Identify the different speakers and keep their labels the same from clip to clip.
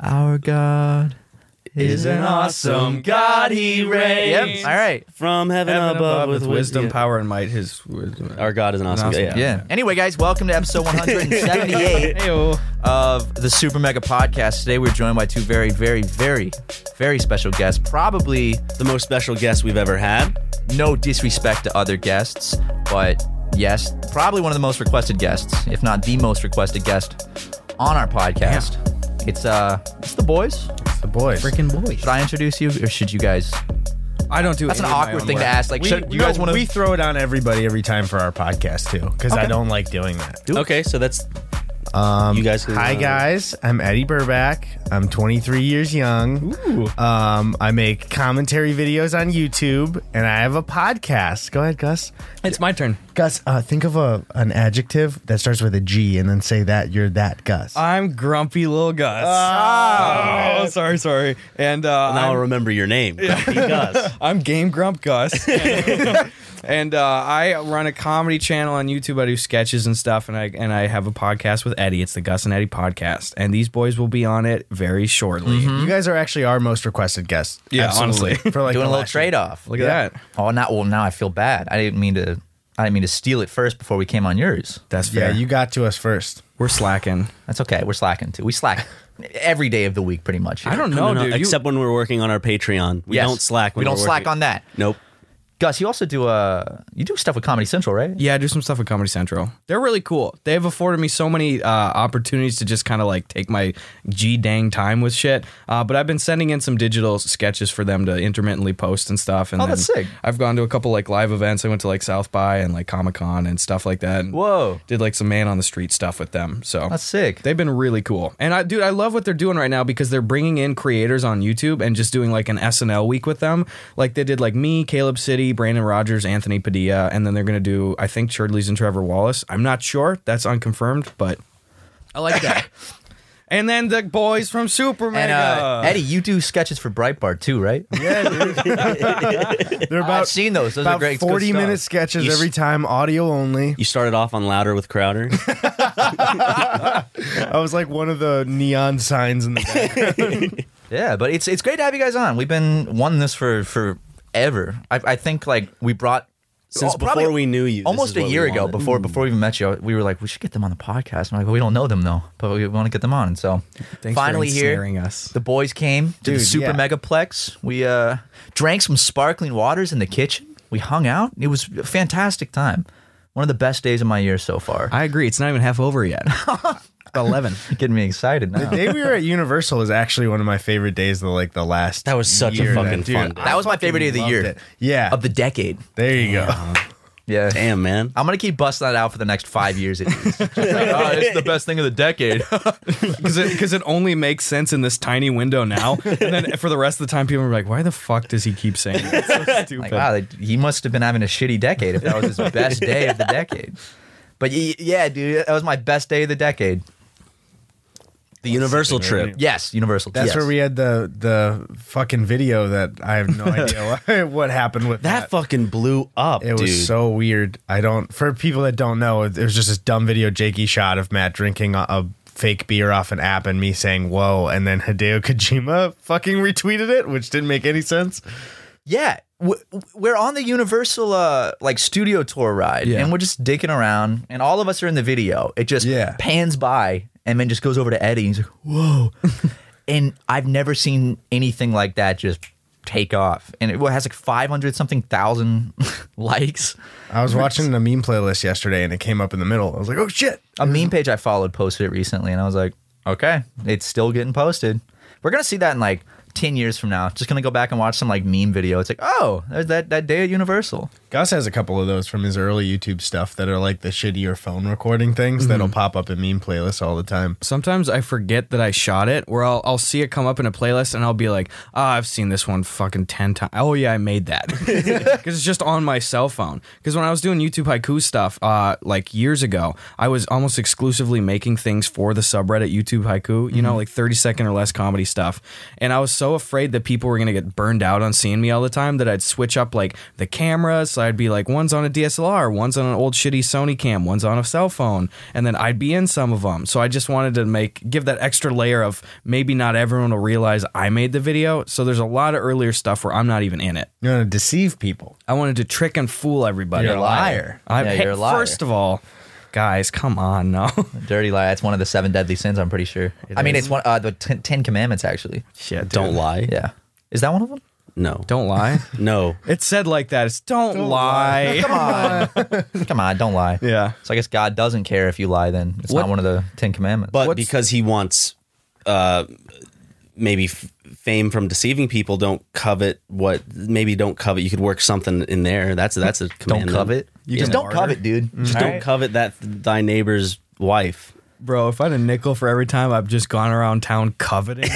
Speaker 1: Our God
Speaker 2: is an awesome God. He reigns.
Speaker 1: Yep. All right.
Speaker 2: From heaven,
Speaker 1: Heaven
Speaker 2: above,
Speaker 1: above
Speaker 2: with
Speaker 1: with
Speaker 2: wisdom,
Speaker 1: wisdom.
Speaker 2: power, and might. His wisdom. Our God is an awesome, God. Yeah.
Speaker 1: Anyway, guys, welcome to episode 178 of the Super Mega Podcast. Today, we're joined by two very, very, very, very special guests. Probably
Speaker 2: The most special guest we've ever had.
Speaker 1: no disrespect to other guests, but yes, probably one of the most requested guests, if not the most requested guest on our podcast. It's uh, it's the boys.
Speaker 2: The boys.
Speaker 3: freaking boys.
Speaker 1: Should I introduce you, or should you guys?
Speaker 3: I don't do.
Speaker 1: That's an
Speaker 3: any of my
Speaker 1: awkward
Speaker 3: own
Speaker 1: thing to
Speaker 3: work.
Speaker 1: ask, like,
Speaker 3: we,
Speaker 1: should- you guys
Speaker 3: no,
Speaker 1: wanna-
Speaker 3: We throw it on everybody every time for our podcast too, because I don't like doing that.
Speaker 2: Okay, so that's
Speaker 3: Um,
Speaker 2: You guys can,
Speaker 3: Hi
Speaker 2: uh,
Speaker 3: guys, I'm Eddie Burback. I'm 23 years young. Um, I make commentary videos on YouTube, and I have a podcast. Go ahead, Gus.
Speaker 4: It's my turn.
Speaker 3: Gus, uh, think of a an adjective that starts with a G, and then say that you're that Gus.
Speaker 1: Uh,
Speaker 4: I'm grumpy little Gus. Oh, sorry, sorry. And uh,
Speaker 2: now I'll
Speaker 4: I'm,
Speaker 2: remember your name. Grumpy Gus.
Speaker 4: I'm Game Grump Gus. and uh, I run a comedy channel on YouTube. I do sketches and stuff, and I and I have a podcast with Eddie. It's the Gus and Eddie podcast, and these boys will be on it very shortly.
Speaker 3: you guys are actually our most requested guest.
Speaker 4: Yeah,
Speaker 3: Mm-hmm. Absolutely.
Speaker 4: honestly.
Speaker 3: for like
Speaker 1: Doing
Speaker 3: the
Speaker 1: a little
Speaker 3: last year.
Speaker 1: trade off.
Speaker 4: Look at that.
Speaker 1: Oh, not well. Now I feel bad. I didn't mean to. I didn't mean to steal it first before we came on yours.
Speaker 4: That's
Speaker 3: Yeah,
Speaker 4: fair.
Speaker 3: you got to us first.
Speaker 4: We're slacking.
Speaker 1: That's okay. We're slacking too. We slack every day of the week, pretty much.
Speaker 4: I don't know, dude. You-
Speaker 2: Except when we're working on our Patreon. We
Speaker 1: Yes.
Speaker 2: don't slack. When
Speaker 1: We don't
Speaker 2: we're
Speaker 1: slack
Speaker 2: working-
Speaker 1: on that.
Speaker 2: Nope.
Speaker 1: Gus, you also do uh you do stuff with Comedy Central, right?
Speaker 4: Yeah, I do some stuff with Comedy Central. They're really cool. They have afforded me so many uh, opportunities to just kind of like take my g dang time with shit. Uh, but I've been sending in some digital sketches for them to intermittently post and stuff. And
Speaker 1: Oh, that's
Speaker 4: then
Speaker 1: sick.
Speaker 4: I've gone to a couple like live events. I went to like South by and like Comic Con and stuff like that. And
Speaker 1: Whoa.
Speaker 4: Did like some man on the street stuff with them. So
Speaker 1: That's sick.
Speaker 4: They've been really cool. And I dude, I love what they're doing right now because they're bringing in creators on YouTube and just doing like an SNL week with them. Like they did like me, Caleb City, Brandon Rogers, Anthony Padilla, and then they're going to do I think Churdley's and Trevor Wallace. I'm not sure. That's unconfirmed, but I like that. and then the boys from Superman.
Speaker 1: and uh, Eddie, you do sketches for Breitbart too, right?
Speaker 3: They're about
Speaker 1: I've seen those. Those
Speaker 3: about
Speaker 1: are great. good
Speaker 3: 40
Speaker 1: stuff.
Speaker 3: minute sketches
Speaker 2: You s-
Speaker 3: every time, audio only.
Speaker 2: You started off on Louder with Crowder.
Speaker 3: I was like one of the neon signs in the back.
Speaker 1: Yeah, but it's it's great to have you guys on. We've been wanting this for forever. I, I think like we brought
Speaker 2: Since
Speaker 1: oh, probably
Speaker 2: before we knew you, this is
Speaker 1: almost a
Speaker 2: what
Speaker 1: year
Speaker 2: we
Speaker 1: ago.
Speaker 2: wanted. Mm.
Speaker 1: Before before we even met you, we were like we should get them on the podcast. I'm like, well, we don't know them though, but we want to get them on. And so
Speaker 4: Thanks for
Speaker 1: finally here,
Speaker 4: ensnaring us.
Speaker 1: the boys came to the
Speaker 3: Dude,
Speaker 1: Super
Speaker 3: yeah.
Speaker 1: Megaplex. We uh, drank some sparkling waters in the kitchen. We hung out. It was a fantastic time. One of the best days of my year so far.
Speaker 4: I agree. It's not even half over yet. 11.
Speaker 1: Getting me excited now.
Speaker 3: day we were at Universal is actually one of my favorite days. The like the last
Speaker 2: That was such a
Speaker 3: year
Speaker 2: fucking
Speaker 3: dude,
Speaker 2: fun day.
Speaker 3: I
Speaker 1: That was my favorite day of the
Speaker 3: loved
Speaker 1: year.
Speaker 3: it. Yeah,
Speaker 1: Of the decade.
Speaker 3: there you go.
Speaker 1: Yeah.
Speaker 5: Damn, man.
Speaker 1: I'm gonna keep busting that out for the next five years. At least. Just like, oh, it's the best thing of the decade.
Speaker 4: because it, 'cause it only makes sense in this tiny window now. And then for the rest of the time, people are like, "Why the fuck does he keep saying that? It's so stupid?"
Speaker 1: Like, wow, like, he must have been having a shitty decade if that was his best day of the decade. But y- yeah, dude, that was my best day of the decade.
Speaker 5: The Universal trip.
Speaker 1: Yes, Universal.
Speaker 3: That's
Speaker 1: yes.
Speaker 3: where we had the the fucking video that I have no idea what, what happened with
Speaker 5: That fucking blew up,
Speaker 3: It
Speaker 5: dude.
Speaker 3: was so weird. I don't. For people that don't know, it was just this dumb video Jakey shot of Matt drinking a, a fake beer off an app and me saying "whoa," and then Hideo Kojima fucking retweeted it, which didn't make any sense.
Speaker 1: Yeah, w- w- we're on the Universal uh, like studio tour ride,
Speaker 4: Yeah.
Speaker 1: and we're just dicking around, and all of us are in the video. It just
Speaker 3: Yeah.
Speaker 1: pans by, and then just goes over to Eddie. And he's like, "Whoa!" and I've never seen anything like that just take off, and it has like five hundred something thousand likes.
Speaker 3: I was watching a meme playlist yesterday and it came up in the middle. I was like, "Oh shit!"
Speaker 1: A meme page I followed posted it recently, and I was like, "Okay, it's still getting posted." We're gonna see that in like. 10 years from now, just gonna go back and watch some like meme video. It's like, oh, there's that, that day at Universal.
Speaker 3: Gus has a couple of those from his early YouTube stuff that are like the shittier phone recording things that'll pop up in meme playlists all the time.
Speaker 4: Sometimes I forget that I shot it, where I'll, I'll see it come up in a playlist and I'll be like, oh, I've seen this one fucking 10 times. Oh, yeah, I made that. Because it's just on my cell phone. Because when I was doing YouTube Haiku stuff, uh, like years ago, I was almost exclusively making things for the subreddit YouTube Haiku, you know, like 30 second or less comedy stuff. And I was so afraid that people were going to get burned out on seeing me all the time that I'd switch up like the cameras. So I'd be like, one's on a DSLR, one's on an old shitty Sony cam, one's on a cell phone, and then I'd be in some of them. So I just wanted to make give that extra layer of maybe not everyone will realize I made the video. So there's a lot of earlier stuff where I'm not even in it.
Speaker 3: You want to deceive people.
Speaker 4: I wanted to trick and fool everybody.
Speaker 1: You're a liar.
Speaker 4: I,
Speaker 1: Yeah,
Speaker 4: hey,
Speaker 1: you're a liar.
Speaker 4: First of all, guys, come on, no.
Speaker 1: Dirty lie. That's one of the seven deadly sins. I'm pretty sure. I mean, it's one uh, the ten, ten commandments actually.
Speaker 4: Shit, dude.
Speaker 5: Don't lie.
Speaker 1: Yeah, is that one of them?
Speaker 5: No.
Speaker 4: Don't lie.
Speaker 5: No.
Speaker 4: It's said like that. It's don't, lie.
Speaker 1: Come on, come on, don't lie.
Speaker 4: Yeah.
Speaker 1: So I guess God doesn't care if you lie. Then it's not
Speaker 4: What-
Speaker 1: one of the ten commandments.
Speaker 5: But
Speaker 4: What's-
Speaker 5: because he wants uh maybe f- fame from deceiving people, don't covet what maybe don't covet. You could work something in there. That's that's a
Speaker 1: don't
Speaker 5: commandment.
Speaker 1: covet. Mm-hmm. You just don't covet, dude.
Speaker 5: Just don't covet that thy neighbor's wife.
Speaker 4: Bro, if I had a nickel for every time I've just gone around town coveting,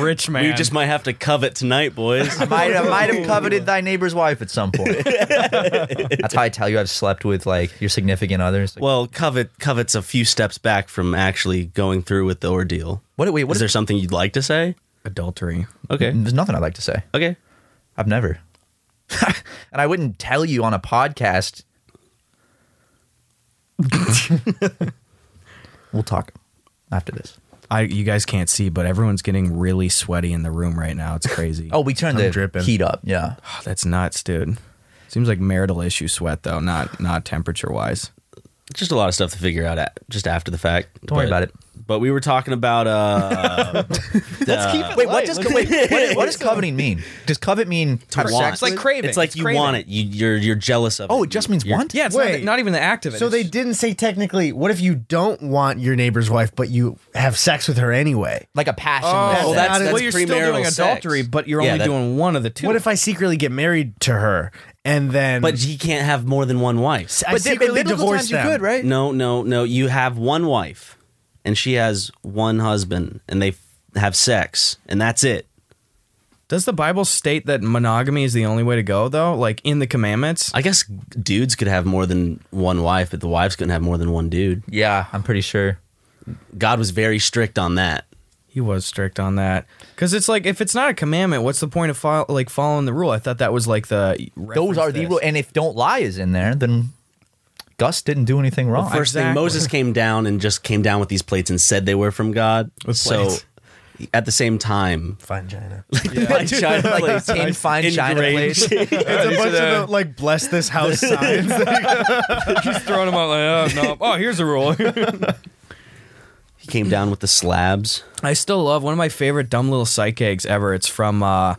Speaker 4: rich man.
Speaker 5: We just might have to covet tonight, boys.
Speaker 1: I might, I might have coveted thy neighbor's wife at some point. That's how I tell you I've slept with like your significant others. Like,
Speaker 5: well, covet covet's a few steps back from actually going through with the ordeal.
Speaker 1: what? Wait,
Speaker 5: Is
Speaker 1: what?
Speaker 5: there
Speaker 1: Is
Speaker 5: something you'd like to say?
Speaker 4: adultery.
Speaker 5: Okay.
Speaker 1: there's nothing I'd like to say.
Speaker 5: Okay.
Speaker 1: I've never, and I wouldn't tell you on a podcast. we'll talk after this.
Speaker 4: I you guys can't see, but everyone's getting really sweaty in the room right now. It's crazy.
Speaker 1: Oh, we turned the
Speaker 3: dripping.
Speaker 1: heat up. Yeah.
Speaker 4: that's nuts, dude. Seems like marital issue sweat though, not not temperature wise.
Speaker 5: Just a lot of stuff to figure out at, just after the fact.
Speaker 1: Don't worry about
Speaker 5: But-
Speaker 1: it.
Speaker 5: But we were talking about uh
Speaker 1: Let's keep it. Wait, what does co- wait, what, what does coveting mean? Does covet mean to
Speaker 5: want.
Speaker 1: sex? Like,
Speaker 4: craving.
Speaker 5: It's like you want it. You, you're you're jealous of.
Speaker 1: oh, it just means
Speaker 5: You're-
Speaker 1: want.
Speaker 4: Yeah, it's
Speaker 3: not
Speaker 4: not,
Speaker 3: the- Wait. not
Speaker 4: even the act of it.
Speaker 3: So they didn't say technically. What if you don't want your neighbor's wife, but you have sex with her anyway?
Speaker 1: like a passion.
Speaker 3: well,
Speaker 1: that's,
Speaker 3: that's-
Speaker 4: well, you're still doing
Speaker 5: premarital sex.
Speaker 4: adultery, but you're
Speaker 5: Yeah,
Speaker 4: only
Speaker 5: that-
Speaker 4: doing one of the two.
Speaker 3: What if I secretly get married to her and then?
Speaker 5: But he can't have more than one wife.
Speaker 3: I secretly divorce them.
Speaker 1: right?
Speaker 5: No, no, no. You have one wife, and she has one husband, and they f- have sex, and that's it.
Speaker 4: Does the Bible state that monogamy is the only way to go though? Like in the commandments?
Speaker 5: I guess dudes could have more than one wife, but the wives couldn't have more than one dude.
Speaker 1: Yeah, I'm pretty sure.
Speaker 5: God was very strict on that.
Speaker 4: He was strict on that because it's like if it's not a commandment, what's the point of fol- like following the rule? I thought that was like the
Speaker 1: Those
Speaker 4: reference
Speaker 1: are
Speaker 4: to
Speaker 1: the
Speaker 4: this.
Speaker 1: rule. And if don't lie is in there, then Gus didn't do anything wrong.
Speaker 5: First thing,
Speaker 4: Exactly.
Speaker 5: Moses came down and just came down with these plates and said they were from God. so,
Speaker 4: plates?
Speaker 5: at the same time,
Speaker 3: Vagina.
Speaker 1: Fine China, like tin fine China place.
Speaker 3: It's a bunch of the, like bless this house signs.
Speaker 4: throwing them out like, oh, no. oh, here's a rule.
Speaker 5: he came down with the slabs.
Speaker 4: I still love one of my favorite dumb little psych eggs ever. It's from, uh,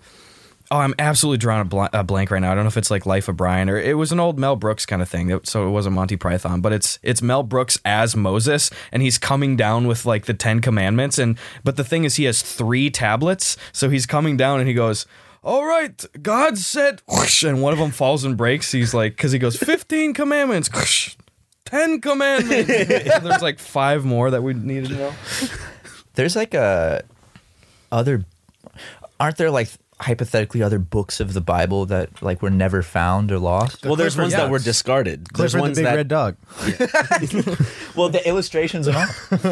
Speaker 4: oh, I'm absolutely drawing a, bl- a blank right now. I don't know if it's like Life of Brian or it was an old Mel Brooks kind of thing. that- So it wasn't Monty Python, but it's it's Mel Brooks as Moses, and he's coming down with like the Ten Commandments. And but the thing is, he has three tablets, so he's coming down and he goes. all right, God said, whoosh," and one of them falls and breaks. He's like, because he goes, 15 commandments, whoosh, 10 commandments. so there's like five more that we needed to know.
Speaker 1: There's like a other aren't there like hypothetically other books of the Bible that like were never found or lost?
Speaker 5: well, there's
Speaker 3: Clifford
Speaker 5: ones that were
Speaker 3: Dogs.
Speaker 5: discarded.
Speaker 3: Clifford
Speaker 5: there's
Speaker 3: the
Speaker 5: ones
Speaker 3: Big
Speaker 5: that
Speaker 3: Red Dog.
Speaker 1: Well, the illustrations and all.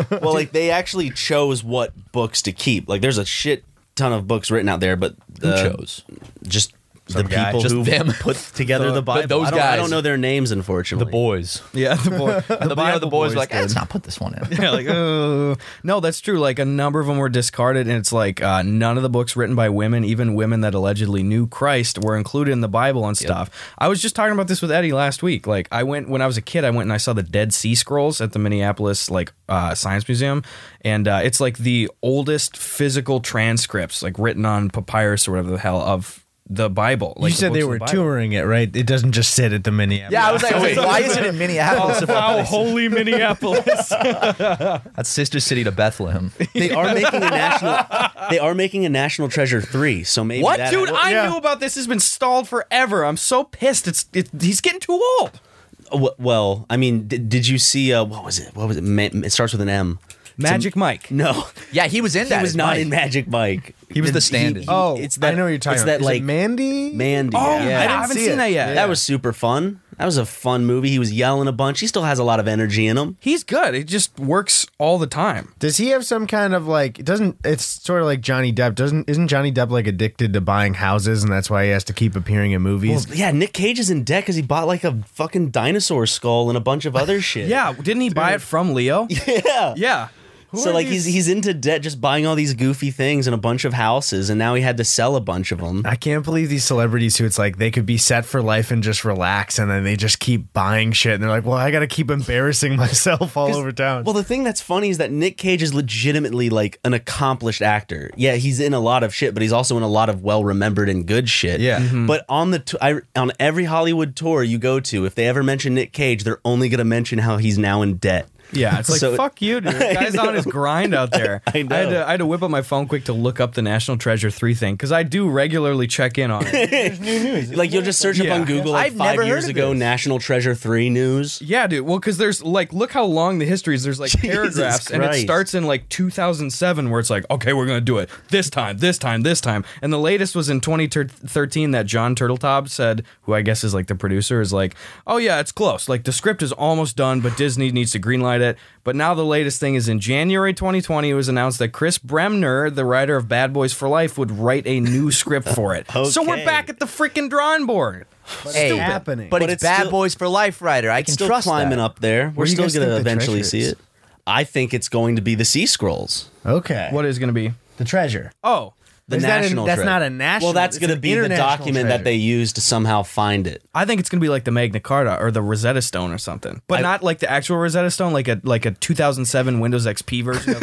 Speaker 5: well, like they actually chose what books to keep. Like there's a shit ton of books written out there, but the,
Speaker 1: chose?
Speaker 5: just the
Speaker 3: guy.
Speaker 5: people
Speaker 1: Just
Speaker 5: who
Speaker 1: them.
Speaker 5: put together
Speaker 1: The-
Speaker 5: the, Bible.
Speaker 1: those
Speaker 5: I don't, I
Speaker 1: guys.
Speaker 5: don't know their names, unfortunately.
Speaker 1: The boys.
Speaker 4: Yeah, the boy.
Speaker 1: The, you know, the boys, were like,
Speaker 4: did.
Speaker 1: "Eh, let's not put this one in.
Speaker 4: Yeah, like, oh. No, that's true. Like, a number of them were discarded, and it's like uh, none of the books written by women, even women that allegedly knew Christ, were included in the Bible and stuff. I was just talking about this with Eddie last week. Like, I went, when I was a kid, I went and I saw the Dead Sea Scrolls at the Minneapolis, like, uh, Science Museum. And uh, it's like the oldest physical transcripts, like, written on papyrus or whatever the hell of the Bible. Like,
Speaker 3: you
Speaker 4: the
Speaker 3: said they
Speaker 4: books of
Speaker 3: were
Speaker 4: the Bible.
Speaker 3: touring it, right? It doesn't just sit at the Minneapolis.
Speaker 1: Yeah, I was like, wait, why is it in Minneapolis? if I-
Speaker 4: Wow, Oh, holy Minneapolis.
Speaker 1: That's sister city to Bethlehem.
Speaker 5: They are making a national. They are making a National Treasure three. So maybe
Speaker 4: What,
Speaker 5: that-
Speaker 4: dude? I
Speaker 3: yeah.
Speaker 4: knew about this. Has been stalled forever. I'm so pissed. It's it, he's getting too old.
Speaker 5: W- Well, I mean, did, did you see? Uh, what was it? What was it? Ma- it starts with an M.
Speaker 4: Magic Mike.
Speaker 5: No,
Speaker 1: Yeah, he was in
Speaker 5: he
Speaker 1: that.
Speaker 5: was
Speaker 1: as
Speaker 5: not
Speaker 1: Mike.
Speaker 5: in Magic Mike.
Speaker 1: He was the stand-in.
Speaker 3: Oh,
Speaker 5: it's that,
Speaker 3: I know what you're talking
Speaker 5: it's
Speaker 3: about.
Speaker 5: that
Speaker 3: Is it
Speaker 5: like
Speaker 3: Mandy?
Speaker 5: Mandy.
Speaker 4: Oh,
Speaker 5: yeah.
Speaker 4: I
Speaker 3: didn't
Speaker 4: haven't
Speaker 3: see
Speaker 4: seen
Speaker 3: it.
Speaker 4: that yet.
Speaker 5: That was super fun. That was a fun movie. He was yelling a bunch. He still has a lot of energy in him.
Speaker 4: He's good. It just works all the time.
Speaker 3: Does he have some kind of like? It doesn't it's sort of like Johnny Depp? Doesn't isn't Johnny Depp like addicted to buying houses, and that's why he has to keep appearing in movies?
Speaker 5: Yeah, Nick Cage is in debt because he bought like a fucking dinosaur skull and a bunch of other shit.
Speaker 4: Yeah, didn't he buy it from Leo?
Speaker 5: yeah.
Speaker 4: yeah.
Speaker 5: So like he's he's into debt, just buying all these goofy things and a bunch of houses, and now he had to sell a bunch of them.
Speaker 3: I can't believe these celebrities who it's like they could be set for life and just relax, and then they just keep buying shit, and they're like, "Well, I got to keep embarrassing myself all over town."
Speaker 5: Well, the thing that's funny is that Nick Cage is legitimately like an accomplished actor. Yeah, he's in a lot of shit, but he's also in a lot of well remembered and good shit.
Speaker 3: Yeah.
Speaker 5: But on the t- I, on every Hollywood tour you go to, if they ever mention Nick Cage, they're only gonna mention how he's now in debt.
Speaker 4: Yeah, it's like
Speaker 5: So-
Speaker 4: fuck you, dude. The guy's on his grind out there.
Speaker 5: I know.
Speaker 4: had, to, I had to whip up my phone quick to look up the National Treasure three thing because I do regularly check in on it.
Speaker 5: Like you'll just search
Speaker 4: Yeah.
Speaker 5: up on Google like
Speaker 1: I've
Speaker 5: five
Speaker 1: never
Speaker 5: years
Speaker 1: heard of
Speaker 5: ago,
Speaker 1: this.
Speaker 5: National Treasure Three news.
Speaker 4: Yeah, dude. Well, because there's like, look how long the history is. There's like paragraphs, and it
Speaker 5: Christ.
Speaker 4: starts in like 2007, where it's like, okay, we're gonna do it this time, this time, this time. And the latest was in 2013 that John Turteltaub said, who I guess is like the producer, is like, oh yeah, it's close. Like the script is almost done, but Disney needs to greenlight it. But now the latest thing is in January 2020, it was announced that Chris Bremner, the writer of Bad Boys for Life, would write a new script for it. So we're
Speaker 5: Okay.
Speaker 4: back at the freaking drawing board.
Speaker 1: Hey,
Speaker 3: It's happening.
Speaker 1: But,
Speaker 5: But
Speaker 1: it's,
Speaker 5: it's
Speaker 1: Bad
Speaker 5: still-
Speaker 1: Boys for Life, Ryder. I can
Speaker 5: Still
Speaker 1: trust
Speaker 5: climbing
Speaker 1: that.
Speaker 5: up there. We're
Speaker 3: do you
Speaker 5: still
Speaker 3: guys think
Speaker 5: gonna
Speaker 3: the
Speaker 5: eventually
Speaker 3: treasure
Speaker 5: see
Speaker 3: is?
Speaker 5: it. I think it's going to be the Sea Scrolls.
Speaker 3: okay,
Speaker 4: What is gonna be?
Speaker 3: the treasure?
Speaker 4: Oh.
Speaker 5: The
Speaker 3: Is that an-
Speaker 5: national.
Speaker 3: that's
Speaker 5: treasure.
Speaker 3: not a national-
Speaker 5: Well, that's
Speaker 3: it's
Speaker 5: going to
Speaker 3: an
Speaker 5: be the
Speaker 3: international
Speaker 5: document
Speaker 3: treasure.
Speaker 5: that they use to somehow find it.
Speaker 4: I think it's gonna be like the Magna Carta or the Rosetta Stone or something, but not like the actual Rosetta Stone, like a like a 2007 Windows XP version. Of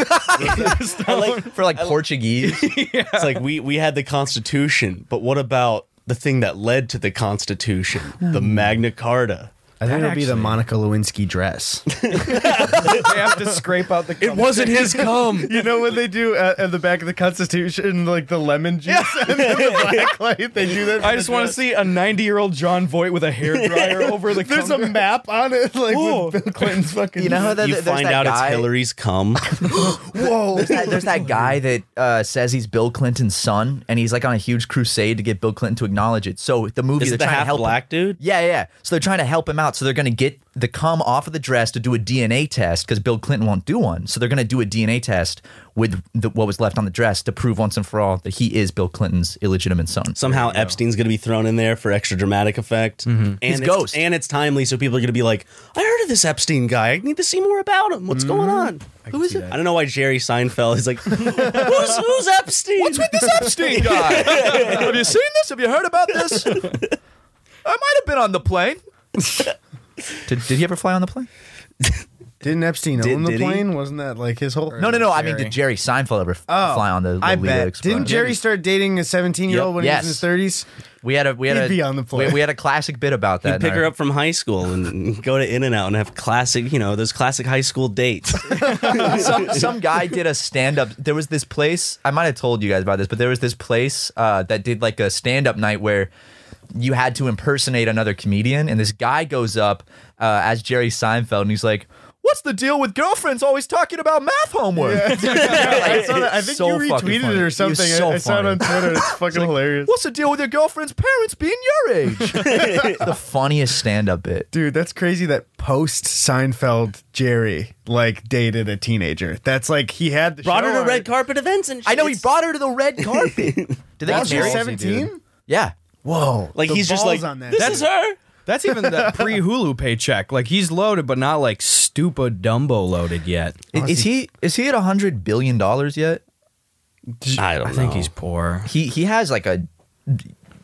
Speaker 4: Rosetta Stone.
Speaker 5: I like,
Speaker 1: For like Portuguese.
Speaker 5: it's like we we had the Constitution, but what about the thing that led to the Constitution, the Magna Carta?
Speaker 3: I think
Speaker 4: That
Speaker 3: it'll be the
Speaker 4: actually-
Speaker 3: Monica Lewinsky dress.
Speaker 4: they have to scrape out the. It
Speaker 5: wasn't his cum.
Speaker 3: You know what they do at, at the back of the Constitution, like the lemon juice and then the black light? They do that.
Speaker 4: I just want to see a 90 year old John Voigt with a hairdryer over the.
Speaker 3: There's a
Speaker 4: cum-
Speaker 3: map on it, like
Speaker 4: Whoa.
Speaker 3: with Bill Clinton's fucking.
Speaker 1: You know how that
Speaker 5: You
Speaker 1: there's
Speaker 5: find
Speaker 1: that
Speaker 5: out
Speaker 1: guy,
Speaker 5: it's Hillary's cum.
Speaker 3: Whoa.
Speaker 1: There's that, there's that guy that uh, says he's Bill Clinton's son, and he's like on a huge crusade to get Bill Clinton to acknowledge it. So the movie
Speaker 5: Is
Speaker 1: they're
Speaker 5: it the
Speaker 1: trying to
Speaker 5: half
Speaker 1: help. him-
Speaker 5: black dude?
Speaker 1: Yeah, yeah. So they're trying to help him out. So they're going to get the cum off of the dress to do a DNA test because Bill Clinton won't do one. So they're going to do a DNA test with the, what was left on the dress to prove once and for all that he is Bill Clinton's illegitimate son.
Speaker 5: Somehow Epstein's going to be thrown in there for extra dramatic effect. And
Speaker 1: He's
Speaker 5: it's,
Speaker 1: ghost.
Speaker 5: And it's timely, so people are going to be like, I heard of this Epstein guy. I need to see more about him. What's going on? Who is it? Mm-hmm. I don't know why Jerry Seinfeld is like, who's, who's Epstein? What's with
Speaker 1: this Epstein guy. have you seen this? Have you heard about this? I might have been on the plane. did, did he ever fly on the plane?
Speaker 3: Didn't Epstein
Speaker 5: Did-
Speaker 3: own the
Speaker 5: did he?
Speaker 3: plane? Wasn't that like his whole?
Speaker 1: No, no, no. I mean, did Jerry Seinfeld ever f-
Speaker 3: Oh,
Speaker 1: fly on the, the
Speaker 3: I
Speaker 1: Leo
Speaker 3: bet.
Speaker 1: Explorer?
Speaker 3: Didn't Jerry start dating a 17 year old
Speaker 1: Yep.
Speaker 3: when
Speaker 1: Yes.
Speaker 3: he was in his 30s?
Speaker 1: We had a we had
Speaker 3: He'd
Speaker 1: a
Speaker 3: be on the plane.
Speaker 1: We, we had a classic bit about
Speaker 5: You
Speaker 1: that. in
Speaker 5: pick
Speaker 1: our-
Speaker 5: her up from high school and go to In and Out and have classic, you know, those classic high school dates.
Speaker 1: some some guy did a stand up. There was this place. I might have told you guys about this, but there was this place uh, that did like a stand up night where you had to impersonate another comedian, and this guy goes up uh, as Jerry Seinfeld, and he's like. What's the deal with girlfriends always talking about math homework?
Speaker 3: I, saw that. I
Speaker 1: It's
Speaker 3: think
Speaker 1: so
Speaker 3: you
Speaker 1: fucking
Speaker 3: retweeted
Speaker 1: funny.
Speaker 3: it or
Speaker 1: was
Speaker 3: something. I-
Speaker 1: so
Speaker 3: I, saw it
Speaker 1: funny.
Speaker 3: on Twitter. It's fucking hilarious.
Speaker 1: What's the deal with your girlfriend's parents being your age? It's the funniest stand up bit.
Speaker 3: Dude, that's crazy that post Seinfeld Jerry like dated a teenager. That's like he had the
Speaker 5: Brought
Speaker 3: show
Speaker 5: her to
Speaker 3: on
Speaker 5: red
Speaker 3: it.
Speaker 5: carpet events and
Speaker 1: I know he
Speaker 5: shit.
Speaker 1: brought her to the red carpet. Did they
Speaker 3: While
Speaker 1: get
Speaker 3: she was
Speaker 1: married?
Speaker 3: 17?
Speaker 1: Yeah.
Speaker 3: Whoa.
Speaker 5: Like
Speaker 3: The
Speaker 5: he's just
Speaker 3: balls
Speaker 5: like,
Speaker 3: on that.
Speaker 5: this
Speaker 3: dude.
Speaker 5: is her.
Speaker 4: That's even the pre Hulu paycheck. Like he's loaded, but not like stupid Dumbo loaded yet.
Speaker 1: I- Is he is he at a hundred billion dollars yet?
Speaker 5: I don't
Speaker 4: I think
Speaker 5: know.
Speaker 4: he's poor.
Speaker 1: He he has like a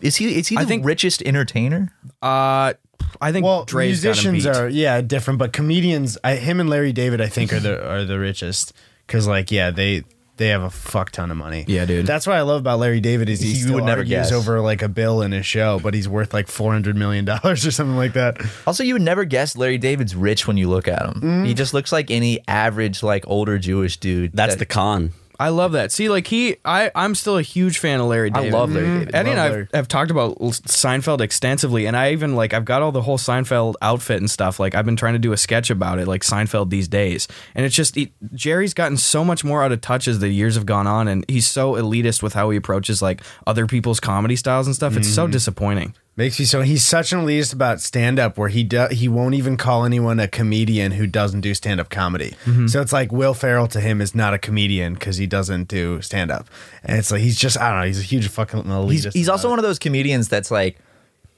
Speaker 1: is he is he
Speaker 4: I
Speaker 1: the
Speaker 4: think-
Speaker 1: richest entertainer?
Speaker 4: Uh, I think
Speaker 3: well,
Speaker 4: Dre's got him
Speaker 3: musicians
Speaker 4: beat.
Speaker 3: are yeah different, but comedians, I, him and Larry David, I think are the are the richest because like yeah they they have a fuck ton of money.
Speaker 4: Yeah, dude.
Speaker 3: That's what I love about Larry David is he
Speaker 1: You
Speaker 3: still
Speaker 1: would never
Speaker 3: argues
Speaker 1: guess.
Speaker 3: over like a bill in his show, but he's worth like four hundred million dollars or something like that.
Speaker 1: Also, you would never guess Larry David's rich when you look at him. He just looks like any average like older Jewish dude.
Speaker 5: That's
Speaker 1: that-
Speaker 5: the con.
Speaker 4: I love that. See, like he, I, I'm still a huge fan of Larry
Speaker 1: I
Speaker 4: David.
Speaker 1: love Larry David.
Speaker 4: Eddie and
Speaker 3: Love
Speaker 4: I
Speaker 3: Larry.
Speaker 4: have, have talked about L- Seinfeld extensively, and I even like I've got all the whole Seinfeld outfit and stuff. Like I've been trying to do a sketch about it, like Seinfeld these days, and it's just he, Jerry's gotten so much more out of touch as the years have gone on, and he's so elitist with how he approaches like other people's comedy styles and stuff. It's
Speaker 1: Mm-hmm.
Speaker 4: so disappointing.
Speaker 3: Makes me so he's such an elitist about stand up where he do, he won't even call anyone a comedian who doesn't do stand up comedy. So it's like Will Ferrell to him is not a comedian because he doesn't do stand up, and it's like he's just I don't know he's a huge fucking elitist.
Speaker 1: he's he's
Speaker 3: about
Speaker 1: also
Speaker 3: it.
Speaker 1: one of those comedians that's like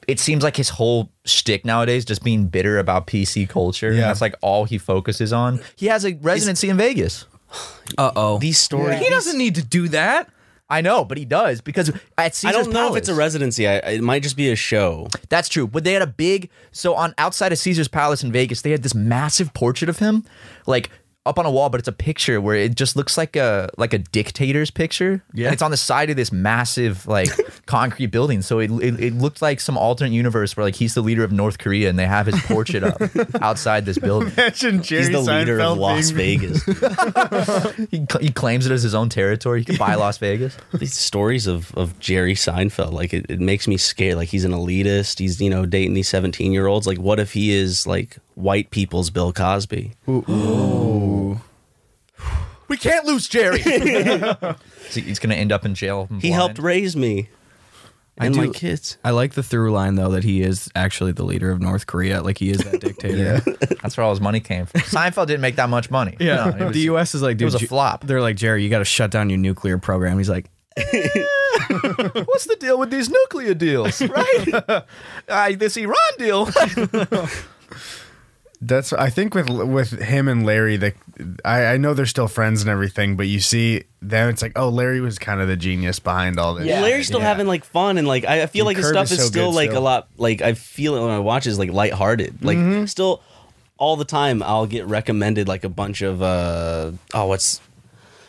Speaker 1: it seems like his whole shtick nowadays just being bitter about PC culture. And
Speaker 3: Yeah.
Speaker 1: that's like all he focuses on. He has a residency in Vegas.
Speaker 4: Uh oh.
Speaker 5: These stories.
Speaker 4: He doesn't need to do that.
Speaker 1: I know, but he does because at Caesar's
Speaker 5: I don't know if
Speaker 1: Palace-
Speaker 5: it's a residency. I, it might just be a show.
Speaker 1: That's true. But they had a big so on outside of Caesar's Palace in Vegas, they had this massive portrait of him, like up on a wall, but it's a picture where it just looks like a like a dictator's picture. Yeah, and it's on the side of this massive like concrete building. So it, it it looked like some alternate universe where like he's the leader of North Korea and they have his portrait up outside this building.
Speaker 3: Imagine Jerry
Speaker 5: He's the leader
Speaker 3: Seinfeld
Speaker 5: of Las
Speaker 3: being-
Speaker 5: Vegas.
Speaker 1: He, cl- he claims it as his own territory. He can buy Las Vegas.
Speaker 5: These stories of, of Jerry Seinfeld, like it, it makes me scared. Like he's an elitist. He's you know dating these seventeen year olds. Like what if he is like white people's Bill Cosby?
Speaker 1: We can't lose Jerry. So he's gonna end up in jail. and
Speaker 5: He
Speaker 1: blind.
Speaker 5: helped raise me and
Speaker 4: do-
Speaker 5: my kids.
Speaker 4: I like the through line though that he is actually the leader of North Korea. Like he is that dictator. yeah.
Speaker 1: That's where all his money came from. Seinfeld didn't make that much money. No, it was-
Speaker 4: the U.S. is like, dude,
Speaker 1: was a
Speaker 4: Ju-
Speaker 1: flop.
Speaker 4: They're like, Jerry, you got to shut down your nuclear program. He's like,
Speaker 1: what's the deal with these nuclear deals, right? uh, this Iran deal.
Speaker 3: That's I think with with him and Larry, the I, I know they're still friends and everything, but you see them, it's like oh Larry was kind of the genius behind all this.
Speaker 5: Well,
Speaker 3: shit.
Speaker 5: Larry's still having like fun and like I I feel
Speaker 3: And
Speaker 5: like his
Speaker 3: Curb
Speaker 5: stuff
Speaker 3: is
Speaker 5: is
Speaker 3: so
Speaker 5: still
Speaker 3: good
Speaker 5: like a
Speaker 3: still.
Speaker 5: lot like I feel it when I watch it, is like lighthearted. Like
Speaker 3: Mm-hmm.
Speaker 5: still all the time I'll get recommended like a bunch of uh oh what's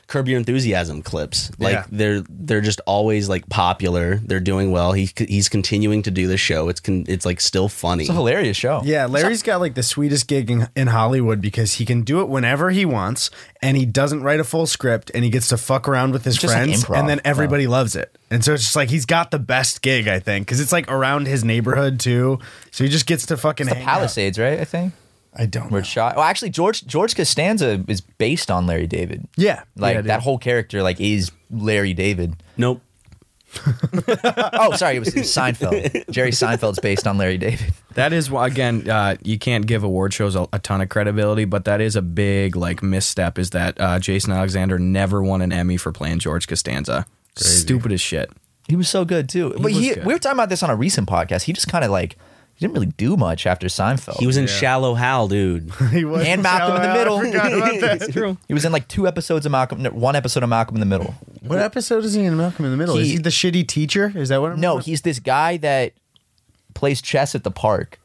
Speaker 5: Curb Your Enthusiasm clips. Like
Speaker 3: Yeah.
Speaker 5: they're they're just always like popular. They're doing well. He he's continuing to do the show. It's con- it's like still funny.
Speaker 1: It's a hilarious show.
Speaker 3: Yeah, Larry's got like the sweetest gig in, in Hollywood because he can do it whenever he wants, and he doesn't write a full script, and he gets to fuck around with his
Speaker 1: Just like
Speaker 3: friends,
Speaker 1: improv,
Speaker 3: and then everybody loves it. And so it's just like he's got the best gig, I think, because it's like around his neighborhood too. So he just gets to fucking
Speaker 1: The
Speaker 3: hang
Speaker 1: Palisades, right? I think.
Speaker 3: out. I don't.
Speaker 1: Where
Speaker 3: Know.
Speaker 1: it's shot. Well, actually, George George Costanza is based on Larry David.
Speaker 3: Yeah,
Speaker 1: Like
Speaker 3: yeah,
Speaker 1: that whole character, like is Larry David.
Speaker 5: nope.
Speaker 1: Oh, sorry, it was, it was Seinfeld. Jerry Seinfeld's based on Larry David.
Speaker 4: that is why- again, uh, you can't give award shows a, a ton of credibility, but that is a big like misstep. Is that uh, Jason Alexander never won an Emmy for playing George Costanza? Stupid as shit.
Speaker 1: He was so good too. but
Speaker 4: was
Speaker 1: he,
Speaker 4: good.
Speaker 1: we were talking about this on a recent podcast. He just kind of like he didn't really do much after Seinfeld.
Speaker 5: He was
Speaker 3: Oh,
Speaker 5: in Shallow Hal, dude.
Speaker 3: he was
Speaker 1: and Malcolm in the
Speaker 3: I
Speaker 1: Middle.
Speaker 3: forgot about that.
Speaker 1: He was in like two episodes of Malcolm, no, one episode of Malcolm in the Middle.
Speaker 3: What episode is he in Malcolm in the Middle? is
Speaker 1: He-
Speaker 3: he the shitty teacher? Is that what? I'm
Speaker 1: No,
Speaker 3: remembering?
Speaker 1: he's this guy that plays chess at the park.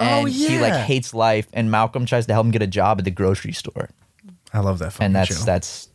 Speaker 1: and he like
Speaker 3: Oh, yeah.
Speaker 1: hates life, and Malcolm tries to help him get a job at the grocery
Speaker 3: Oh,
Speaker 1: store,
Speaker 3: I love that fucking
Speaker 1: and that's
Speaker 3: show.
Speaker 1: that's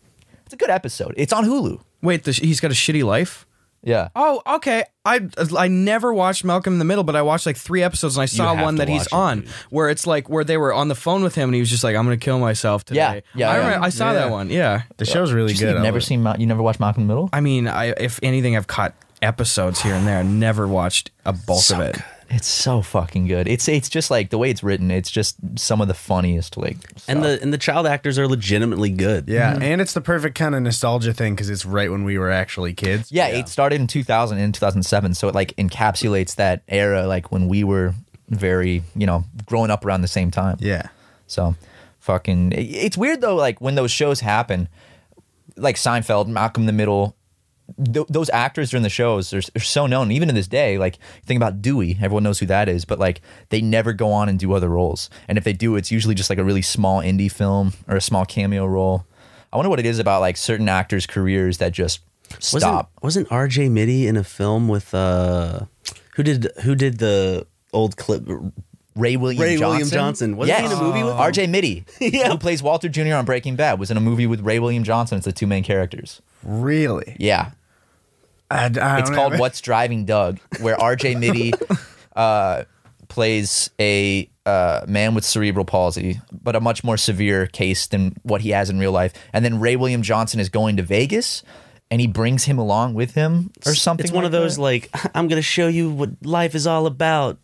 Speaker 1: it's a good episode. It's on Hulu.
Speaker 4: Wait, the sh- he's got a shitty life.
Speaker 1: Yeah,
Speaker 4: Oh, okay. I I never watched Malcolm in the Middle, but I watched like three episodes and I saw
Speaker 5: have
Speaker 4: one
Speaker 5: to
Speaker 4: that he's
Speaker 5: watch it,
Speaker 4: on
Speaker 5: dude.
Speaker 4: where it's like where they were on the phone with him and he was just like, "I'm gonna kill myself today."
Speaker 1: Yeah, yeah,
Speaker 4: I,
Speaker 1: yeah.
Speaker 4: remember- I saw that
Speaker 3: Yeah.
Speaker 4: one. Yeah.
Speaker 3: the show's really
Speaker 1: You
Speaker 3: good.
Speaker 1: have
Speaker 3: I
Speaker 1: never
Speaker 3: love it.
Speaker 1: seen Mal- you never watched Malcolm in the Middle.
Speaker 4: I mean, I if anything, I've caught episodes here and there. I never watched a bulk of it.
Speaker 1: It's so fucking good. It's it's just like the way it's written. It's just some of the funniest like.
Speaker 5: And the and the child actors are legitimately good.
Speaker 3: Yeah, Mm-hmm. and it's the perfect kind of nostalgia thing because it's right when we were actually kids.
Speaker 1: yeah, it started in 2000 and 2007, so it like encapsulates that era, like when we were very you know growing up around the same time.
Speaker 3: Yeah.
Speaker 1: So, fucking, it- it's weird though. Like when those shows happen, like Seinfeld, Malcolm in the Middle, th- those actors during the shows are, are so known. Even to this day, like think about Dewey, everyone knows who that is. But like they never go on and do other roles, and if they do, it's usually just like a really small indie film or a small cameo role. I wonder what it is about like certain actors' careers that just
Speaker 5: Wasn't,
Speaker 1: stop.
Speaker 5: Wasn't RJ Mitty in a film with uh who did who did the old clip
Speaker 1: Ray William
Speaker 5: Ray
Speaker 1: Johnson.
Speaker 5: William Johnson. Wasn't he
Speaker 1: yes.
Speaker 5: in a movie with him?
Speaker 1: R.J. Mitty, who plays Walter Jr. on Breaking Bad, was in a movie with Ray William Johnson. It's the two main characters.
Speaker 3: Really?
Speaker 1: Yeah,
Speaker 3: I, I don't
Speaker 1: It's called
Speaker 3: have-
Speaker 1: What's Driving Doug, where RJ Mitty uh, plays a uh, man with cerebral palsy, but a much more severe case than what he has in real life. And then Ray William Johnson is going to Vegas and he brings him along with him or something.
Speaker 5: It's one of
Speaker 1: like
Speaker 5: those
Speaker 1: that.
Speaker 5: like I'm gonna show you what life is all about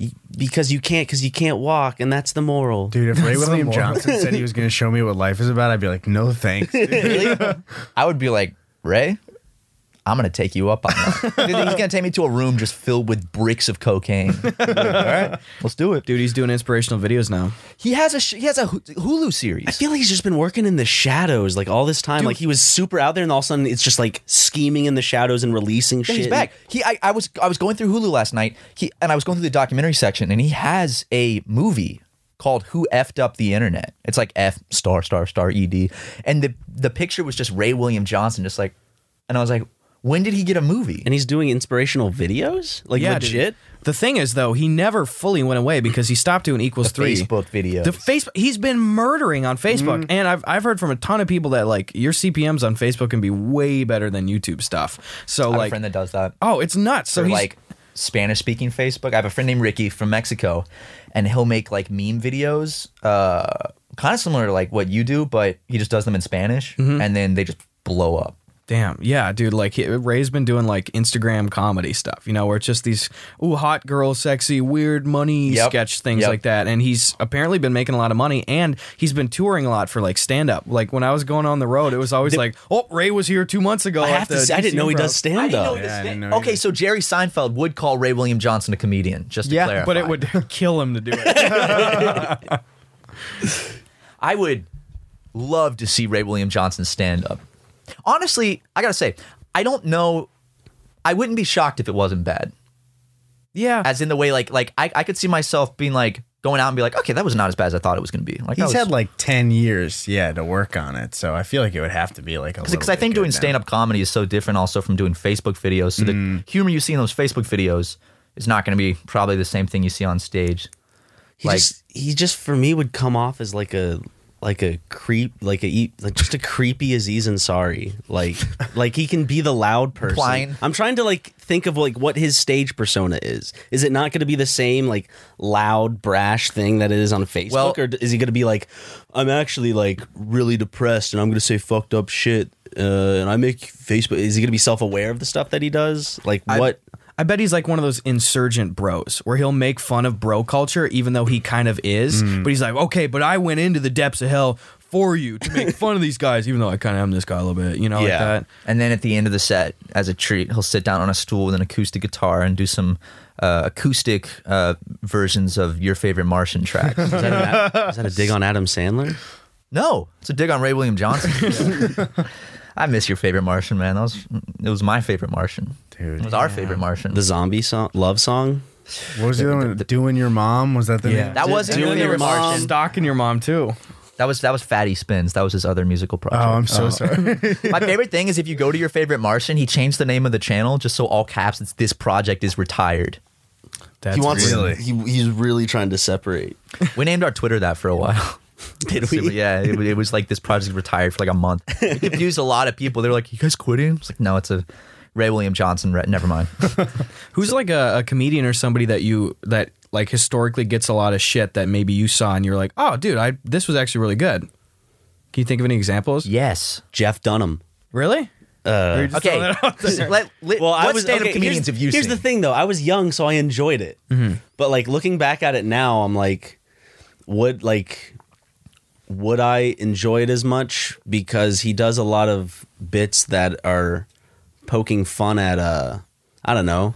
Speaker 5: y- because you can't because you can't walk and that's the moral.
Speaker 3: Dude, if Ray William
Speaker 4: more.
Speaker 3: Johnson said he was going to show me what life is about, I'd be like, no thanks. dude.
Speaker 1: Really? I would be like, Ray, I'm going to take you up on that. Dude, He's going to take me to a room just filled with bricks of cocaine. All right, let's do it.
Speaker 4: Dude, he's doing inspirational videos now.
Speaker 1: He has a sh- he has a Hu- Hulu series.
Speaker 5: I feel like he's just been working in the shadows like all this time. Like he was super out there, and all of a sudden it's just like scheming in the shadows and releasing
Speaker 1: Yeah,
Speaker 5: shit.
Speaker 1: he's back. He, I, I was, I was going through Hulu last night. He and I was going through the documentary section, and he has a movie called "Who Effed Up the Internet." It's like F star star star ed, and the the picture was just Ray William Johnson, just like, and I was like, when did he get a movie?
Speaker 5: And he's doing inspirational videos, like
Speaker 4: Yeah,
Speaker 5: legit.
Speaker 4: dude. The thing is, though, he never fully went away because he stopped doing equals three
Speaker 1: Facebook videos.
Speaker 4: The Facebook, Mm-hmm. he's been murdering on Facebook, and I've I've heard from a ton of people that like your CPMS on Facebook can be way better than YouTube stuff. So
Speaker 1: I have a
Speaker 4: like,
Speaker 1: friend that does that.
Speaker 4: oh, it's nuts. So
Speaker 1: for
Speaker 4: he's
Speaker 1: like Spanish speaking Facebook. I have a friend named Ricky from Mexico, and he'll make like meme videos, uh, kind of similar to like what you do, but he just does them in Spanish,
Speaker 4: Mm-hmm.
Speaker 1: and then they just blow up.
Speaker 4: Damn, yeah, dude. Like he, Ray's been doing like Instagram comedy stuff, you know, where it's just these ooh hot girl, sexy, weird money
Speaker 1: Yep.
Speaker 4: sketch things
Speaker 1: Yep.
Speaker 4: like that, and he's apparently been making a lot of money, and he's been touring a lot for like stand up. Like when I was going on the road, it was always like, oh, Ray was here two months ago.
Speaker 5: I
Speaker 4: at
Speaker 5: have to
Speaker 4: the
Speaker 5: say, I didn't
Speaker 4: DC
Speaker 5: know he
Speaker 4: Improv."
Speaker 5: does
Speaker 1: I
Speaker 5: stand
Speaker 1: didn't know
Speaker 5: up.
Speaker 1: this
Speaker 3: Yeah, I
Speaker 1: thing.
Speaker 3: didn't know
Speaker 1: okay,
Speaker 3: either.
Speaker 1: so Jerry Seinfeld would call Ray William Johnson a comedian, just to
Speaker 3: Yeah,
Speaker 1: clarify.
Speaker 4: but it would kill him to do it.
Speaker 1: I would love to see Ray William Johnson stand up. Honestly, I gotta say, I don't know. I wouldn't be shocked if it wasn't bad.
Speaker 4: yeah,
Speaker 1: As in the way, like, like I, I could see myself being like going out and be like, okay, that was not as bad as I thought it was gonna be. Like that was,
Speaker 3: He's had like 10 years, yeah, to work on it. So I feel like it would have to be like a
Speaker 1: because I think doing stand up comedy is so different also from doing Facebook videos. So
Speaker 3: Mm.
Speaker 1: the humor you see in those Facebook videos is not going to be probably the same thing you see on stage.
Speaker 5: He
Speaker 1: Like-
Speaker 5: just he just for me would come off as like a like a creep like a e- like just a creepy Aziz Ansari like like he can be the loud person.
Speaker 1: Implying-
Speaker 5: I'm trying to like think of like what his stage persona is. Is it not going to be the same like loud brash thing that it is on Facebook,
Speaker 1: Well-
Speaker 5: or is he going to be like I'm actually like really depressed and I'm going to say fucked up shit uh, and I make Facebook? Is he going to be self aware of the stuff that he does? Like what?
Speaker 4: I bet he's like one of those insurgent bros where he'll make fun of bro culture, even though he kind of is.
Speaker 5: Mm.
Speaker 4: But he's like, okay, but I went into the depths of hell for you to make fun of these guys, even though I kind of am this guy a little bit, you know,
Speaker 5: Yeah.
Speaker 4: like that.
Speaker 1: And then at the end of the set, as a treat, he'll sit down on a stool with an acoustic guitar and do some uh, acoustic uh, versions of your favorite Martian tracks. Is
Speaker 5: Is
Speaker 1: that-
Speaker 5: that, a, is that a dig on Adam Sandler?
Speaker 1: no, it's a dig on Ray William Johnson. I miss your favorite Martian, man. That was it was my favorite Martian. Dude, it was our favorite Martian.
Speaker 5: The zombie song, love song.
Speaker 3: What was the other one? Doing Your Mom? Was that the name?
Speaker 1: that was
Speaker 5: Doing Your Mom.
Speaker 1: Martian.
Speaker 4: Stalking your mom, too.
Speaker 1: That was that was Fatty Spins. That was his other musical
Speaker 3: Oh,
Speaker 1: project. Uh,
Speaker 3: I'm so sorry.
Speaker 1: My favorite thing is if you go to your favorite Martian, he changed the name of the channel just so all caps it's this project is retired.
Speaker 4: That's
Speaker 5: he wants.
Speaker 3: really-
Speaker 5: He, he's really trying to separate.
Speaker 1: We named our Twitter that for a while.
Speaker 5: Did
Speaker 1: So,
Speaker 5: we?
Speaker 1: yeah, it, it was like this project retired for like a month. It confused a lot of people. They were like, "You guys quitting?" It's like, "No, it's a Ray William Johnson. Re- never mind."
Speaker 4: Who's like a, a comedian or somebody that you that like historically gets a lot of shit that maybe you saw and you're like, oh, dude, I this was actually really good. Can you think of any examples?
Speaker 1: yes.
Speaker 5: Jeff Dunham.
Speaker 4: Really?
Speaker 1: Okay. Let, let,
Speaker 5: Well,
Speaker 1: what
Speaker 5: I was
Speaker 1: stand-up
Speaker 5: okay,
Speaker 1: comedians
Speaker 5: here's,
Speaker 1: have you seen?
Speaker 5: Here's
Speaker 1: Mm-hmm.
Speaker 5: the thing, though. I was young, so I enjoyed it. But like looking back at it now, I'm like, would like, would I enjoy it as much? Because he does a lot of bits that are poking fun at uh, I don't know.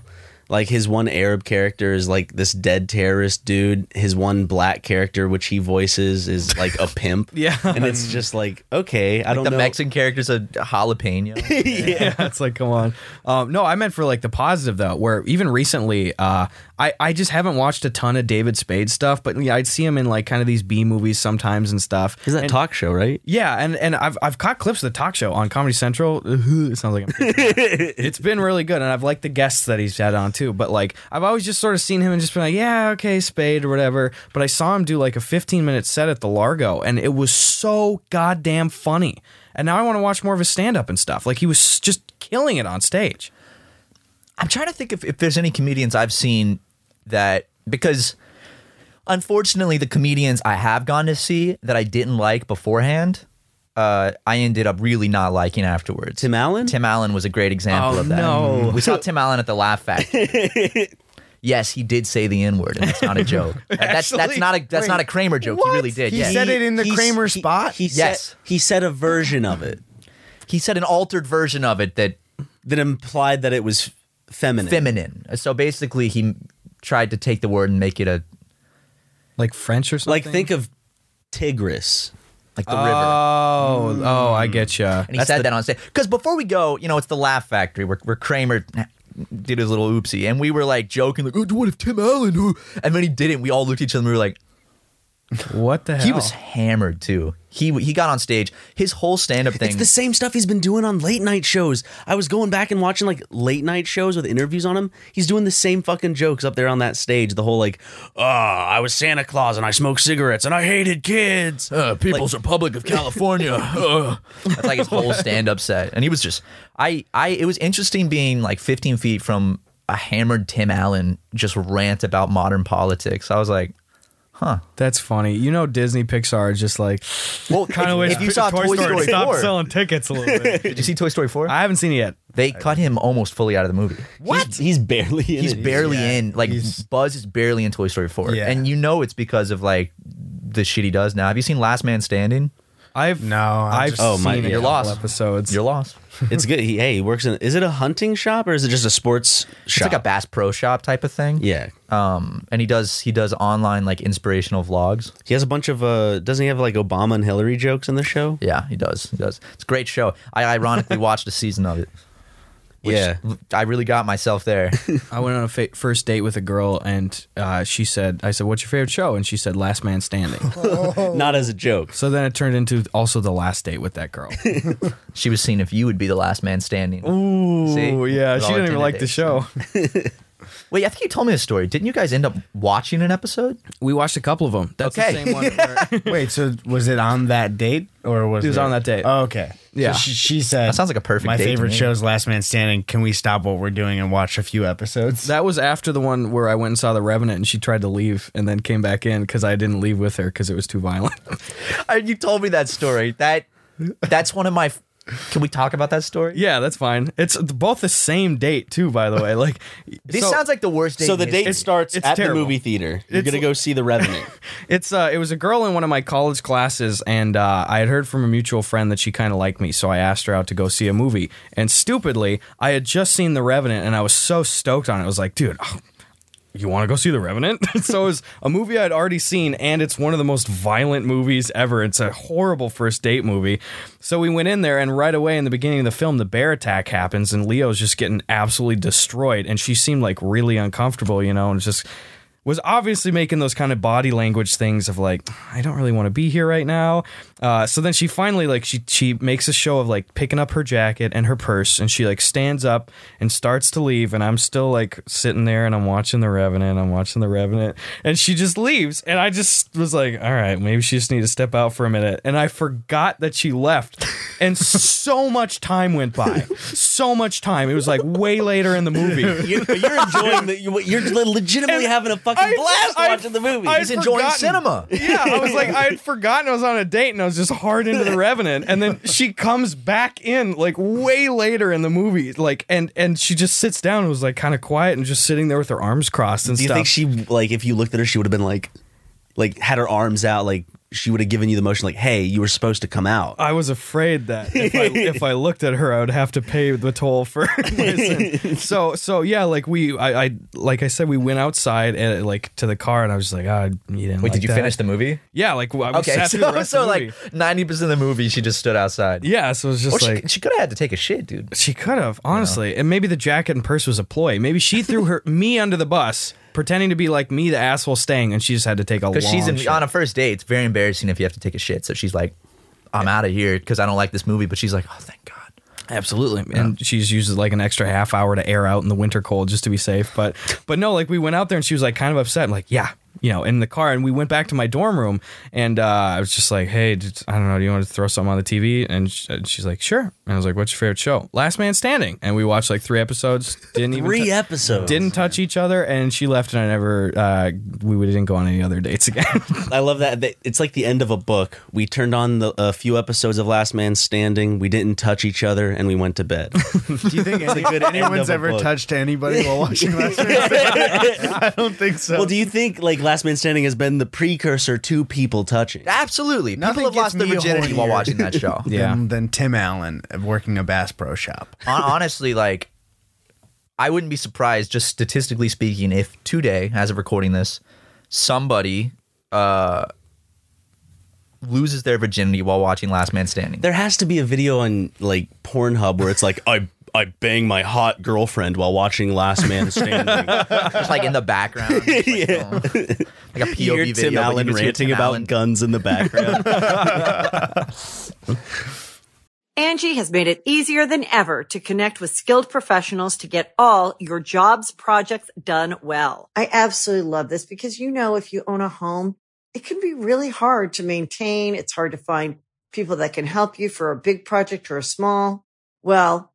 Speaker 5: Like his one Arab character is like this dead terrorist dude. His one black character, which he voices, is like a pimp.
Speaker 4: Yeah.
Speaker 5: and it's just like okay, I don't
Speaker 1: The
Speaker 5: know.
Speaker 1: Mexican character's a jalapeno.
Speaker 4: yeah, it's like come on. Um, no, I meant for like the positive though, where even recently, uh, I I just haven't watched a ton of David Spade stuff, but yeah, I'd see him in like kind of these B movies sometimes and stuff.
Speaker 5: Is that talk show right?
Speaker 4: Yeah, and, and I've I've caught clips of the talk show on Comedy Central. it sounds like I'm it's been really good, and I've liked the guests that he's had on too. But like, I've always just sort of seen him and just been like, yeah, okay, Spade or whatever. But I saw him do like a 15 minute set at the Largo, and it was so goddamn funny. And now I want to watch more of his stand up and stuff. Like he was just killing it on stage.
Speaker 1: I'm trying to think if, if there's any comedians I've seen that because unfortunately the comedians I have gone to see that I didn't like beforehand, uh, I ended up really not liking afterwards.
Speaker 5: Tim Allen?
Speaker 1: Tim Allen was a great example
Speaker 4: Oh,
Speaker 1: of that. Mm-hmm.
Speaker 4: no.
Speaker 1: We saw Tim Allen at the Laugh Factory. yes, he did say the N word, and it's not a joke. that's that's
Speaker 4: Actually,
Speaker 1: not a that's
Speaker 4: wait,
Speaker 1: not a Kramer joke. He really did.
Speaker 3: He
Speaker 1: yeah.
Speaker 3: said it in the
Speaker 5: he-
Speaker 3: Kramer
Speaker 5: he-
Speaker 3: spot?
Speaker 5: He,
Speaker 1: Yes.
Speaker 5: said, he said a version of it
Speaker 1: he said an altered version of it that
Speaker 5: that implied that it was feminine.
Speaker 1: feminine. So basically, he tried to take the word and make it a
Speaker 4: Like French or something.
Speaker 5: like think of Tigris.
Speaker 1: like the river.
Speaker 4: Oh, oh, I get you.
Speaker 1: And he said that on stage. Because before we go, you know, it's the Laugh Factory where, where Kramer did his little oopsie. And we were like joking, like, oh, what if Tim Allen? who-" And then he didn't. We all looked at each other and we were like,
Speaker 4: What the hell?
Speaker 1: Mm. he was hammered too. He he got on stage. His whole stand up thing.
Speaker 5: It's the same stuff he's been doing on late night shows. I was going back and watching like late night shows with interviews on him. He's doing the same fucking jokes up there on that stage. The whole like, oh, I was Santa Claus and I smoked cigarettes and I hated kids.
Speaker 1: uh, People's Republic of California. Uh. That's like his whole stand up set. And he was just, I, I, it was interesting being like 15 feet from a hammered Tim Allen just rant about modern politics. I was like,
Speaker 4: That's funny. You know, Disney Pixar is just like
Speaker 1: well, kind of if you saw Toy, Story, 4,
Speaker 4: tickets a little bit.
Speaker 1: did you see Toy Story 4?
Speaker 4: I haven't seen it yet.
Speaker 1: They cut him almost fully out of the movie.
Speaker 5: What? He's, he's barely. In
Speaker 1: He's
Speaker 5: it.
Speaker 1: barely
Speaker 3: yeah,
Speaker 1: in. Like
Speaker 3: he's-
Speaker 1: Buzz is barely in Toy Story 4.
Speaker 3: Yeah.
Speaker 1: And you know it's because of like the shit he does now. Have you seen Last Man Standing?
Speaker 4: I've
Speaker 3: No, I
Speaker 4: I've
Speaker 3: just-
Speaker 5: Oh,
Speaker 4: seen
Speaker 5: my-
Speaker 4: a
Speaker 5: you're
Speaker 4: couple
Speaker 1: lost.
Speaker 4: episodes.
Speaker 1: You're lost.
Speaker 5: It's good. He, hey, he works in. Is it a hunting shop or is it just a sports
Speaker 1: It's
Speaker 5: shop?
Speaker 1: like a Bass Pro Shop type of thing.
Speaker 5: yeah.
Speaker 1: Um, and he does he does online like inspirational vlogs.
Speaker 5: He has a bunch of uh doesn't he have like Obama and Hillary jokes in the show?
Speaker 1: Yeah, he does. He does. It's a great show. I ironically watched a season of it. which
Speaker 5: Yeah.
Speaker 1: I really got myself there.
Speaker 4: I went on a fa- first date with a girl, and uh, she said, "I said, what's your favorite show?" And she said, "Last Man Standing."
Speaker 5: Not as a joke.
Speaker 4: so then it turned into also the last date with that girl.
Speaker 1: She was seeing if you would be the last man standing.
Speaker 4: Ooh,
Speaker 1: See?
Speaker 4: yeah,
Speaker 1: With
Speaker 4: she
Speaker 1: all
Speaker 4: didn't even like the
Speaker 1: intimidates.
Speaker 4: show.
Speaker 1: Wait, I think you told me this story. Didn't you guys end up watching an episode?
Speaker 4: We watched a couple of them. That's
Speaker 1: Okay.
Speaker 4: the same one. Where,
Speaker 3: Wait, so was it on that date or was
Speaker 4: It was
Speaker 3: there-
Speaker 4: on that date.
Speaker 3: Oh, okay.
Speaker 4: Yeah.
Speaker 3: So she, she said
Speaker 1: That sounds like a perfect
Speaker 3: My
Speaker 1: date to
Speaker 3: favorite
Speaker 1: me.
Speaker 3: show is Last Man Standing. Can we stop what we're doing and watch a few episodes?
Speaker 4: that was after the one where I went and saw The Revenant, and she tried to leave, and then came back in because I didn't leave with her because it was too violent.
Speaker 1: I, Uh, you told me that story. That that's one of my. Can we talk about that story?
Speaker 4: yeah, that's fine. It's both the same date too, by the way. Like
Speaker 1: This
Speaker 4: so-
Speaker 1: sounds like the worst. Date
Speaker 5: So the
Speaker 1: in
Speaker 5: date
Speaker 1: history.
Speaker 5: starts
Speaker 4: it's
Speaker 5: at
Speaker 4: terrible.
Speaker 5: the movie theater. You're
Speaker 4: It's-
Speaker 5: gonna go see The Revenant.
Speaker 4: It's uh, it was a girl in one of my college classes, and uh, I had heard from a mutual friend that she kind of liked me, so I asked her out to go see a movie. And stupidly, I had just seen The Revenant, and I was so stoked on it. I was like, dude. oh, you want to go see The Revenant? so it was a movie I'd already seen, and it's one of the most violent movies ever. It's a horrible first date movie. So we went in there, and right away in the beginning of the film, the bear attack happens, and Leo's just getting absolutely destroyed. And she seemed like really uncomfortable, you know, and just was obviously making those kind of body language things of like, I don't really want to be here right now. Uh, so then she finally like she she makes a show of like picking up her jacket and her purse, and she like stands up and starts to leave, and I'm still like sitting there and I'm watching the Revenant, I'm watching the Revenant, and she just leaves, and I just was like, all right, maybe she just need to step out for a minute, and I forgot that she left, and so much time went by, so much time, it was like way later in the movie.
Speaker 5: You, but you're enjoying the. you- You're legitimately having a fucking
Speaker 4: I-
Speaker 5: blast
Speaker 4: I-
Speaker 5: watching the movie.
Speaker 4: I-
Speaker 1: He's enjoying
Speaker 4: forgotten.
Speaker 1: cinema.
Speaker 4: Yeah, I was like, I had forgotten I was on a date and I was just hard into the Revenant. And then she comes back in like way later in the movie, like, and and she just sits down and was like kind of quiet and just sitting there with her arms crossed and
Speaker 5: Do you
Speaker 4: stuff.
Speaker 5: think she like if you looked at her, she would have been like, like had her arms out, like she would have given you the motion, like, hey, you were supposed to come out.
Speaker 4: I was afraid that if I, if I looked at her, I would have to pay the toll for. my sin. so so yeah, like we, I, I like I said, we went outside and like to the car, and I was just like, ah, you didn't.
Speaker 1: Wait,
Speaker 4: like
Speaker 1: did you
Speaker 4: that."
Speaker 1: finish the movie?
Speaker 4: Yeah, like I we
Speaker 1: Okay,
Speaker 4: sat through the
Speaker 1: so,
Speaker 4: rest of
Speaker 1: so
Speaker 4: the
Speaker 1: like
Speaker 4: movie.
Speaker 1: ninety percent of the movie, she just stood outside.
Speaker 4: yeah, so it was
Speaker 1: Or
Speaker 4: just
Speaker 1: she,
Speaker 4: like
Speaker 1: she could have had to take a shit, dude.
Speaker 4: She could have, honestly. And maybe the jacket and purse was a ploy. Maybe she threw her me under the bus, pretending to be like me, the asshole staying, and she just had to take a long
Speaker 1: Because she's in,
Speaker 4: shit.
Speaker 1: on a first date. It's very embarrassing if you have to take a shit. So she's like, "I'm out of here" because I don't like this movie. But she's like, "Oh, thank God."
Speaker 4: Absolutely. And she's uses like an extra half hour to air out in the winter cold just to be safe. But but no, like we went out there and she was like kind of upset. I'm like, yeah, you know, in the car. And we went back to my dorm room and uh, I was just like, hey, did, I don't know, do you want to throw something on the TV? And, sh- and she's like, sure. And I was like, what's your favorite show? Last Man Standing. And we watched like three episodes. Didn't even
Speaker 5: Three
Speaker 4: tou-
Speaker 5: episodes.
Speaker 4: Didn't touch each other, and she left, and I never. Uh, we we didn't go on any other dates again.
Speaker 5: I love that. that- It's like the end of a book. We turned on the, a few episodes of Last Man Standing. We didn't touch each other, and we went to bed.
Speaker 3: Do you think any,
Speaker 5: good end of
Speaker 3: anyone's
Speaker 5: a
Speaker 3: ever
Speaker 5: book.
Speaker 3: touched anybody while watching Last Man Standing? I don't think so.
Speaker 5: well, do you think like Last Man Standing has been the precursor to people touching?
Speaker 1: Absolutely,
Speaker 3: Nothing
Speaker 1: people have
Speaker 3: gets
Speaker 1: lost their
Speaker 3: me
Speaker 1: virginity while
Speaker 3: hornier.
Speaker 1: watching that show.
Speaker 4: Yeah.
Speaker 3: than, than Tim Allen working a Bass Pro Shop.
Speaker 1: Hon- honestly, like, I wouldn't be surprised, just statistically speaking, if today, as of recording this, somebody uh, loses their virginity while watching Last Man Standing.
Speaker 5: There has to be a video on like Pornhub where it's like I I bang my hot girlfriend while watching Last Man Standing.
Speaker 1: Just like in the background, just, like, going- like a POV
Speaker 5: Hear
Speaker 1: video. but
Speaker 5: Tim
Speaker 1: you
Speaker 5: Allen
Speaker 1: can just hear
Speaker 5: ranting
Speaker 1: Tim
Speaker 5: about
Speaker 1: Allen.
Speaker 5: guns in the background.
Speaker 6: Angie has made it easier than ever to connect with skilled professionals to get all your jobs projects done well. I absolutely love this because, you know, if you own a home, it can be really hard to maintain. It's hard to find people that can help you for a big project or a small. Well,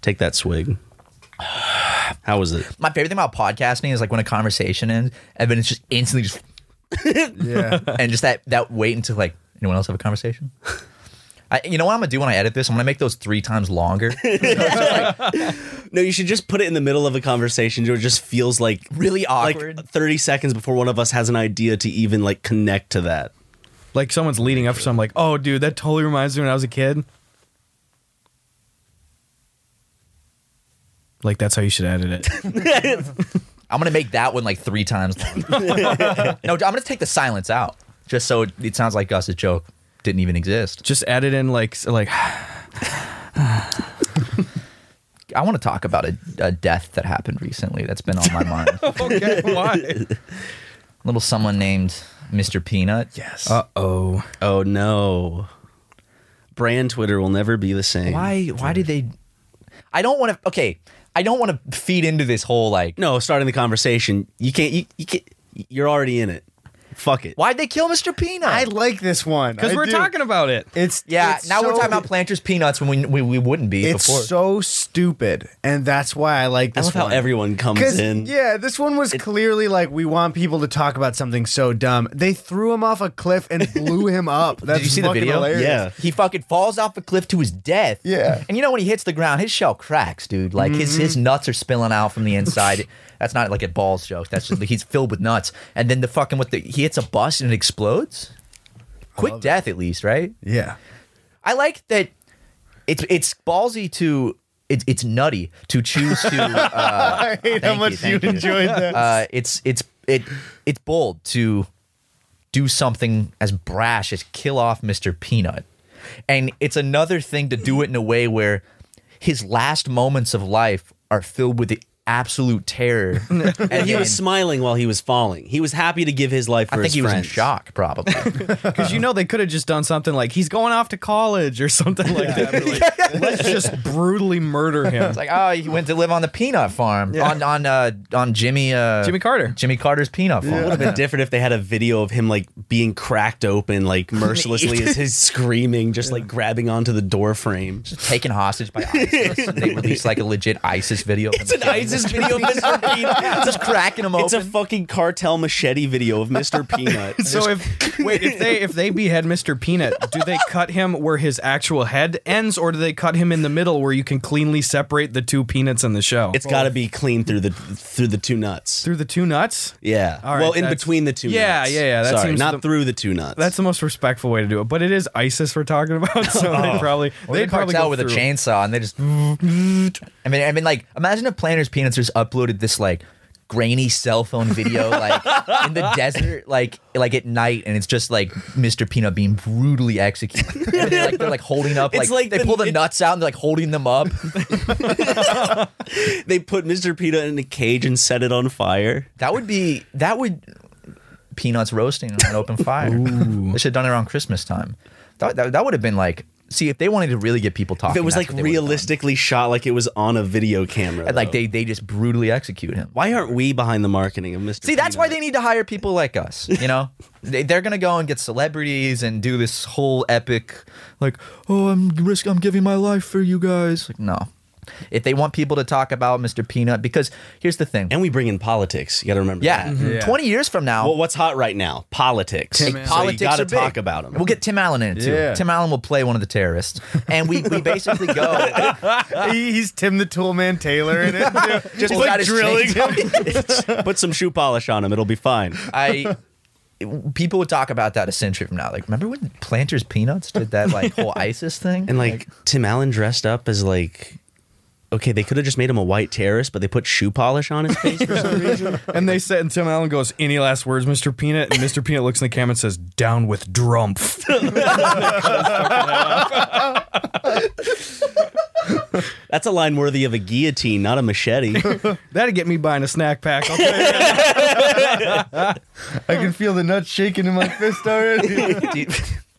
Speaker 5: Take that swig. How was it?
Speaker 1: My favorite thing about podcasting is like when a conversation ends, and then it's just instantly just
Speaker 3: Yeah.
Speaker 1: and just that that wait until like anyone else have a conversation. I, you know what I'm gonna do when I edit this? I'm gonna make those three times longer.
Speaker 5: No, you should just put it in the middle of a conversation. It just feels like
Speaker 1: Really awkward.
Speaker 5: Like thirty seconds before one of us has an idea to even like connect to that.
Speaker 4: like someone's leading up for something. Like, oh, dude, that totally reminds me when I was a kid. Like that's how you should edit it.
Speaker 1: I'm gonna make that one like three times longer. no, I'm gonna take the silence out just so it, it sounds like Gus's joke didn't even exist.
Speaker 4: Just edit in like s- like
Speaker 1: I want to talk about a, a death that happened recently that's been on my mind. A
Speaker 4: okay, why?
Speaker 1: little someone named Mr. Peanut.
Speaker 3: yes.
Speaker 4: Uh oh.
Speaker 5: Oh no. Brand Twitter will never be the same.
Speaker 1: Why? Why did they? I don't want to. Okay, I don't want to feed into this whole like.
Speaker 5: No, starting the conversation. You can't you, you can't you're already in it. Fuck it.
Speaker 1: Why'd they kill Mr. Peanut?
Speaker 3: I like this one
Speaker 4: because
Speaker 3: I
Speaker 4: we're
Speaker 3: do.
Speaker 4: talking about it.
Speaker 3: It's
Speaker 1: yeah,
Speaker 3: it's
Speaker 1: now we're
Speaker 3: so-
Speaker 1: talking about Planters Peanuts when we, we, we wouldn't be
Speaker 3: It's
Speaker 1: before.
Speaker 3: so stupid, and that's why I like
Speaker 5: I
Speaker 3: this
Speaker 5: love how
Speaker 3: one.
Speaker 5: everyone comes
Speaker 3: 'Cause,
Speaker 5: in.
Speaker 3: Yeah, this one was clearly like we want people to talk about something so dumb. They threw him off a cliff and blew him up. That's
Speaker 1: Did you see the
Speaker 3: fucking
Speaker 1: video?
Speaker 3: Hilarious.
Speaker 5: Yeah.
Speaker 1: He fucking falls off a cliff to his death.
Speaker 3: Yeah. Mm-hmm.
Speaker 1: And you know when he hits the ground, his shell cracks, dude. Like his his nuts are spilling out from the inside. That's not like a balls joke. That's just like he's filled with nuts. And then the fucking with the he hits a bus and it explodes. Quick death at least, right?
Speaker 3: yeah.
Speaker 1: I like that it's it's ballsy to it's it's nutty to choose to uh,
Speaker 3: I hate how
Speaker 1: Thank
Speaker 3: much
Speaker 1: you,
Speaker 3: you,
Speaker 1: thank you.
Speaker 3: enjoyed that.
Speaker 1: uh it's it's it it's bold to do something as brash as kill off Mr. Peanut. And it's another thing to do it in a way where his last moments of life are filled with the absolute terror.
Speaker 5: And he was
Speaker 1: then-
Speaker 5: smiling while he was falling. He was happy to give his life for
Speaker 1: I think
Speaker 5: his
Speaker 1: he was in
Speaker 5: friends.
Speaker 1: shock, probably.
Speaker 4: Because you know they could have just done something like he's going off to college or something like that. But, like, let's just brutally murder him.
Speaker 1: It's like, oh, he went to live on the peanut farm on on uh, on Jimmy uh,
Speaker 4: Jimmy Carter.
Speaker 1: Jimmy Carter's peanut farm.
Speaker 5: It would have been different if they had a video of him like being cracked open, like mercilessly as his screaming, just like grabbing onto the door frame.
Speaker 1: taken hostage by ISIS. and they released like a legit ISIS video.
Speaker 5: It's an ISIS video of Mr. Peanut.
Speaker 1: just cracking them open.
Speaker 5: It's a fucking cartel machete video of Mr. Peanut.
Speaker 4: So if wait, if they if they behead Mr. Peanut, do they cut him where his actual head ends, or do they cut him in the middle where you can cleanly separate the two peanuts in the show?
Speaker 5: it's got to be clean through the through the two nuts.
Speaker 4: through the two nuts.
Speaker 5: Yeah.
Speaker 4: All right,
Speaker 5: well, in
Speaker 4: that's-
Speaker 5: between the two
Speaker 4: Yeah,
Speaker 5: nuts.
Speaker 4: yeah, yeah, that
Speaker 5: Sorry,
Speaker 4: seems
Speaker 5: not
Speaker 4: the-
Speaker 5: through the two nuts.
Speaker 4: That's the most respectful way to do it, but it is ISIS we're talking about, so
Speaker 3: Oh.
Speaker 4: they probably
Speaker 1: Or
Speaker 4: they
Speaker 1: the
Speaker 4: probably
Speaker 1: cartel
Speaker 4: go
Speaker 1: with a
Speaker 4: through.
Speaker 1: chainsaw, and they just. I mean, I mean, like, imagine if Planners Peanuts just uploaded this like grainy cell phone video, like in the desert, like like at night, and it's just like Mr. Peanut being brutally executed. And they're, like, they're like holding up, like,
Speaker 5: It's like
Speaker 1: they
Speaker 5: the-
Speaker 1: pull the
Speaker 5: it-
Speaker 1: nuts out and they're like holding them up.
Speaker 5: they put Mr. Peanut in a cage and set it on fire.
Speaker 1: That would be that would peanuts roasting on an open fire. They should have done it around Christmas time. That that, that would have been like. See if they wanted to really get people talking.
Speaker 5: If it was
Speaker 1: that's
Speaker 5: like
Speaker 1: what they would've done.
Speaker 5: realistically shot, like it was on a video camera.
Speaker 1: And, like
Speaker 5: though.
Speaker 1: they they just brutally execute him.
Speaker 5: Why aren't we behind the marketing of Mr.
Speaker 1: See, that's
Speaker 5: Peanut?
Speaker 1: why they need to hire people like us. You know, they, they're gonna go and get celebrities and do this whole epic, like, oh, I'm risk, I'm giving my life for you guys. Like, no, if they want people to talk about Mr. Peanut, because here's the thing.
Speaker 5: And we bring in politics. You got to remember
Speaker 1: yeah,
Speaker 5: that. Mm-hmm.
Speaker 3: Yeah.
Speaker 1: twenty years from now,
Speaker 5: Well, what's hot right now? Politics.
Speaker 3: Tim
Speaker 5: So
Speaker 3: Allen.
Speaker 1: politics
Speaker 5: you got
Speaker 1: are
Speaker 5: to
Speaker 1: big.
Speaker 5: talk about them.
Speaker 1: We'll get Tim Allen in it too.
Speaker 3: Yeah.
Speaker 1: Tim Allen will play one of the terrorists, and we, we basically go.
Speaker 3: He- he's Tim the Toolman Taylor in it. too. Just
Speaker 1: Pulls out
Speaker 3: like
Speaker 1: his
Speaker 3: drilling
Speaker 1: chainsaw.
Speaker 3: him.
Speaker 5: Put some shoe polish on him. It'll be fine.
Speaker 1: I people would talk about that a century from now. Like, remember when Planters Peanuts did that like whole ISIS thing?
Speaker 5: And like, Tim Allen dressed up as like, okay, they could have just made him a white terrorist, but they put shoe polish on his face for some reason.
Speaker 4: And they said, and Tim Allen goes, "Any last words, Mr. Peanut?" And Mr. Peanut looks in the camera and says, "Down with Drumpf."
Speaker 5: That's a line worthy of a guillotine, not a machete.
Speaker 4: That'd get me buying a snack pack. Okay.
Speaker 3: I can feel the nuts shaking in my fist already.
Speaker 1: Dude,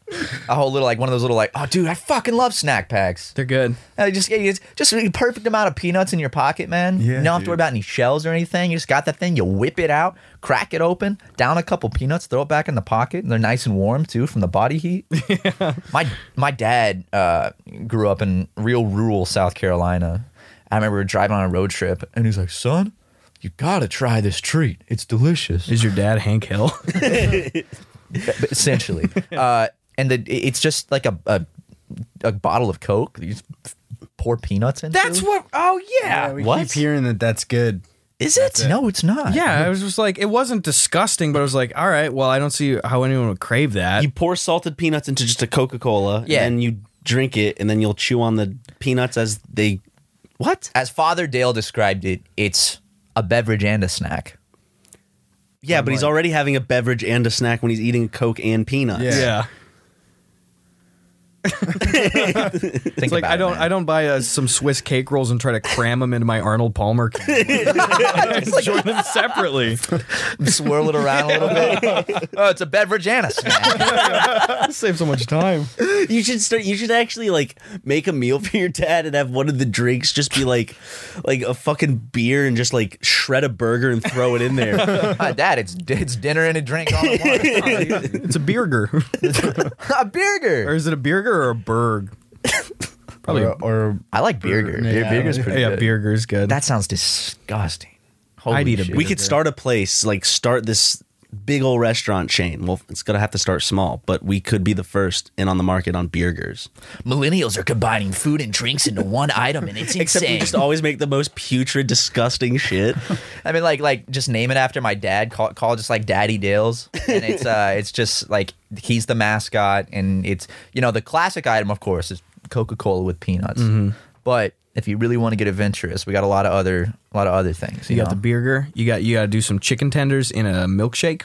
Speaker 1: a whole little like one of those little like, oh dude, I fucking love snack packs.
Speaker 4: They're good.
Speaker 1: Uh, just yeah, it's just a perfect amount of peanuts in your pocket, man.
Speaker 3: Yeah,
Speaker 1: you don't have to
Speaker 3: dude.
Speaker 1: worry about any shells or anything. You just got that thing, you whip it out, crack it open, down a couple peanuts, throw it back in the pocket, and they're nice and warm too from the body heat. my my dad uh, grew up in real rural South Carolina. I remember we were driving on a road trip, and he's like, "Son, you gotta try this treat. It's delicious."
Speaker 4: Is your dad Hank Hill?
Speaker 1: but essentially. uh, and the, it's just like a, a a bottle of Coke. that You just pour peanuts in.
Speaker 4: what. Oh
Speaker 3: Yeah, we
Speaker 1: What?
Speaker 3: keep hearing that that's good.
Speaker 1: is it? No, it's not.
Speaker 4: Yeah, I was just like, it wasn't disgusting, but I was like, all right, well, I don't see how anyone would crave that.
Speaker 5: you pour salted peanuts into just a Coca Cola,
Speaker 1: Yeah.
Speaker 5: and then you drink it, and then you'll chew on the peanuts as they. What?
Speaker 1: As Father Dale described it, it's a beverage and a snack.
Speaker 5: Yeah, but he's already having a beverage and a snack when he's eating Coke and peanuts.
Speaker 3: Yeah.
Speaker 4: yeah.
Speaker 1: Think
Speaker 4: It's like
Speaker 1: about
Speaker 4: I don't,
Speaker 1: It,
Speaker 4: I
Speaker 1: man.
Speaker 4: don't buy uh, some Swiss cake rolls and try to cram them into my Arnold Palmer. can. I enjoy them separately.
Speaker 1: swirl it around a little bit. oh, it's a beverage anise. Man.
Speaker 4: Save so much time.
Speaker 5: You should start. You should actually like make a meal for your dad and have one of the drinks just be like, like a fucking beer and just like shred a burger and throw it in there.
Speaker 1: My dad, it's it's dinner and a drink all in one.
Speaker 4: It's a burger,
Speaker 1: a
Speaker 4: or
Speaker 1: burger.
Speaker 4: is it a burger or a burg? Probably.
Speaker 3: Or, or
Speaker 1: I like burger. Yeah, burger's pretty
Speaker 4: yeah,
Speaker 1: good.
Speaker 4: burger's good.
Speaker 1: That sounds disgusting. Holy
Speaker 4: I'd eat a
Speaker 1: shit.
Speaker 5: we could start a place, like start this big old restaurant chain. Well, it's gonna have to start small, but we could be the first in on the market on burgers.
Speaker 1: Millennials are combining food and drinks into one item, and it's
Speaker 5: Except we
Speaker 1: insane.
Speaker 5: just always make the most putrid, disgusting shit.
Speaker 1: I mean, like, like just name it after my dad. Call, call it just like Daddy Dills, and it's uh, it's just like he's the mascot, and it's you know the classic item, of course, is Coca Cola with peanuts.
Speaker 3: Mm-hmm.
Speaker 1: But if you really want to get adventurous, we got a lot of other, a lot of other things. You,
Speaker 4: you
Speaker 1: know?
Speaker 4: got the burger. You got you got to do some chicken tenders in a milkshake,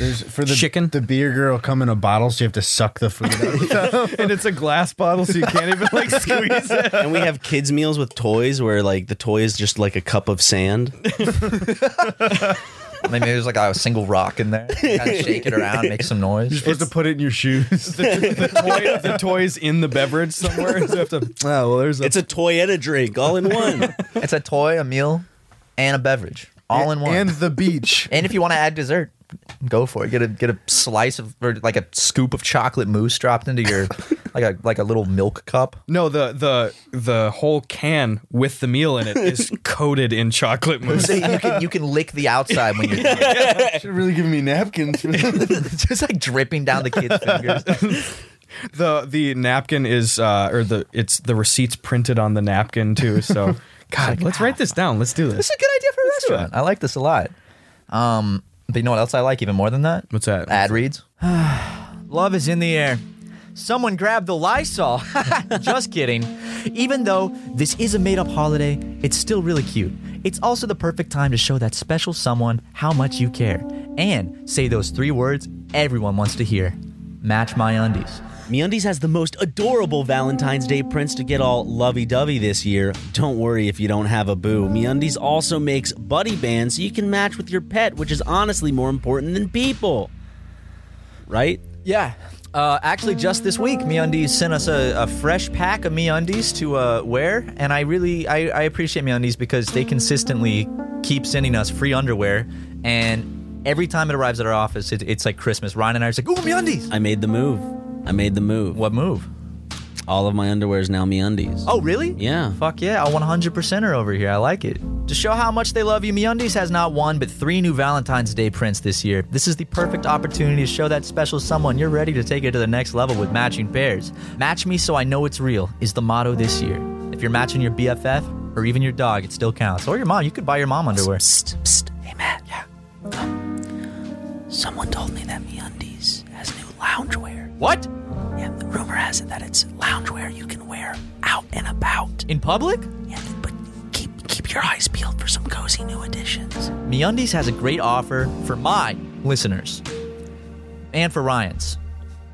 Speaker 3: there's for the
Speaker 4: Chicken?
Speaker 3: The beer girl come in a bottle, so you have to suck the food. out.
Speaker 4: and it's a glass bottle, so you can't even like squeeze it.
Speaker 5: and we have kids meals with toys where like the toy is just like a cup of sand.
Speaker 1: I mean, maybe there's like a single rock in there. You gotta shake it around, make some
Speaker 3: You're
Speaker 1: noise.
Speaker 3: supposed to put it in your shoes.
Speaker 4: The, toy, the toy's in the beverage somewhere, and so you have to. Oh well, there's a
Speaker 5: It's a toy and a drink all in one.
Speaker 1: It's a toy, a meal, and a beverage, all in one.
Speaker 3: and the beach.
Speaker 1: And if you want to add dessert, go for it. Get a get a slice of or like a scoop of chocolate mousse dropped into your like a like a little milk cup.
Speaker 4: No, the the the whole can with the meal in it is coated in chocolate mousse.
Speaker 1: So you can you can lick the outside when you're done.
Speaker 3: Should have really given me napkins. For that.
Speaker 1: It's just like dripping down the kids' fingers.
Speaker 4: the The napkin is uh, or the it's the receipts printed on the napkin too. So God, let's write this down. Let's do
Speaker 1: This
Speaker 4: this.
Speaker 1: is a good idea for a
Speaker 4: do
Speaker 1: restaurant. I like this a lot. Um, but you know what else I like even more than that?
Speaker 4: What's that?
Speaker 1: Ad reads. Love is in the air. Someone grabbed the Lysol. Just kidding. Even though this is a made up holiday, it's still really cute. It's also the perfect time to show that special someone how much you care and say those three words everyone wants to hear match my undies.
Speaker 5: MeUndies has the most adorable Valentine's Day prints to get all lovey-dovey this year. Don't worry if you don't have a boo. MeUndies also makes buddy bands so you can match with your pet, which is honestly more important than people. Right?
Speaker 1: Yeah. Uh, actually, just this week, MeUndies sent us a, a fresh pack of MeUndies to uh, wear, and I really I, I appreciate MeUndies because they consistently keep sending us free underwear, and every time it arrives at our office, it, it's like Christmas. Ryan and I are just like, "Ooh, MeUndies!"
Speaker 5: I made the move. I made the move.
Speaker 1: What move?
Speaker 5: All of my underwear is now MeUndies.
Speaker 1: Oh, really?
Speaker 5: Yeah.
Speaker 1: Fuck yeah, I 100% her over here. I like it. To show how much they love you, MeUndies has not one but three new Valentine's Day prints this year. This is the perfect opportunity to show that special someone you're ready to take it to the next level with matching pairs. Match me so I know it's real is the motto this year. If you're matching your BFF or even your dog, it still counts. Or your mom, you could buy your mom underwear.
Speaker 7: Psst, psst. Hey, Matt. Yeah. someone told me that MeUndies has new loungewear.
Speaker 1: What?
Speaker 7: Yeah, the rumor has it that it's loungewear you can wear out and about.
Speaker 1: In public?
Speaker 7: Yeah, but keep keep your eyes peeled for some cozy new additions.
Speaker 1: MeUndies has a great offer for my listeners and for Ryan's.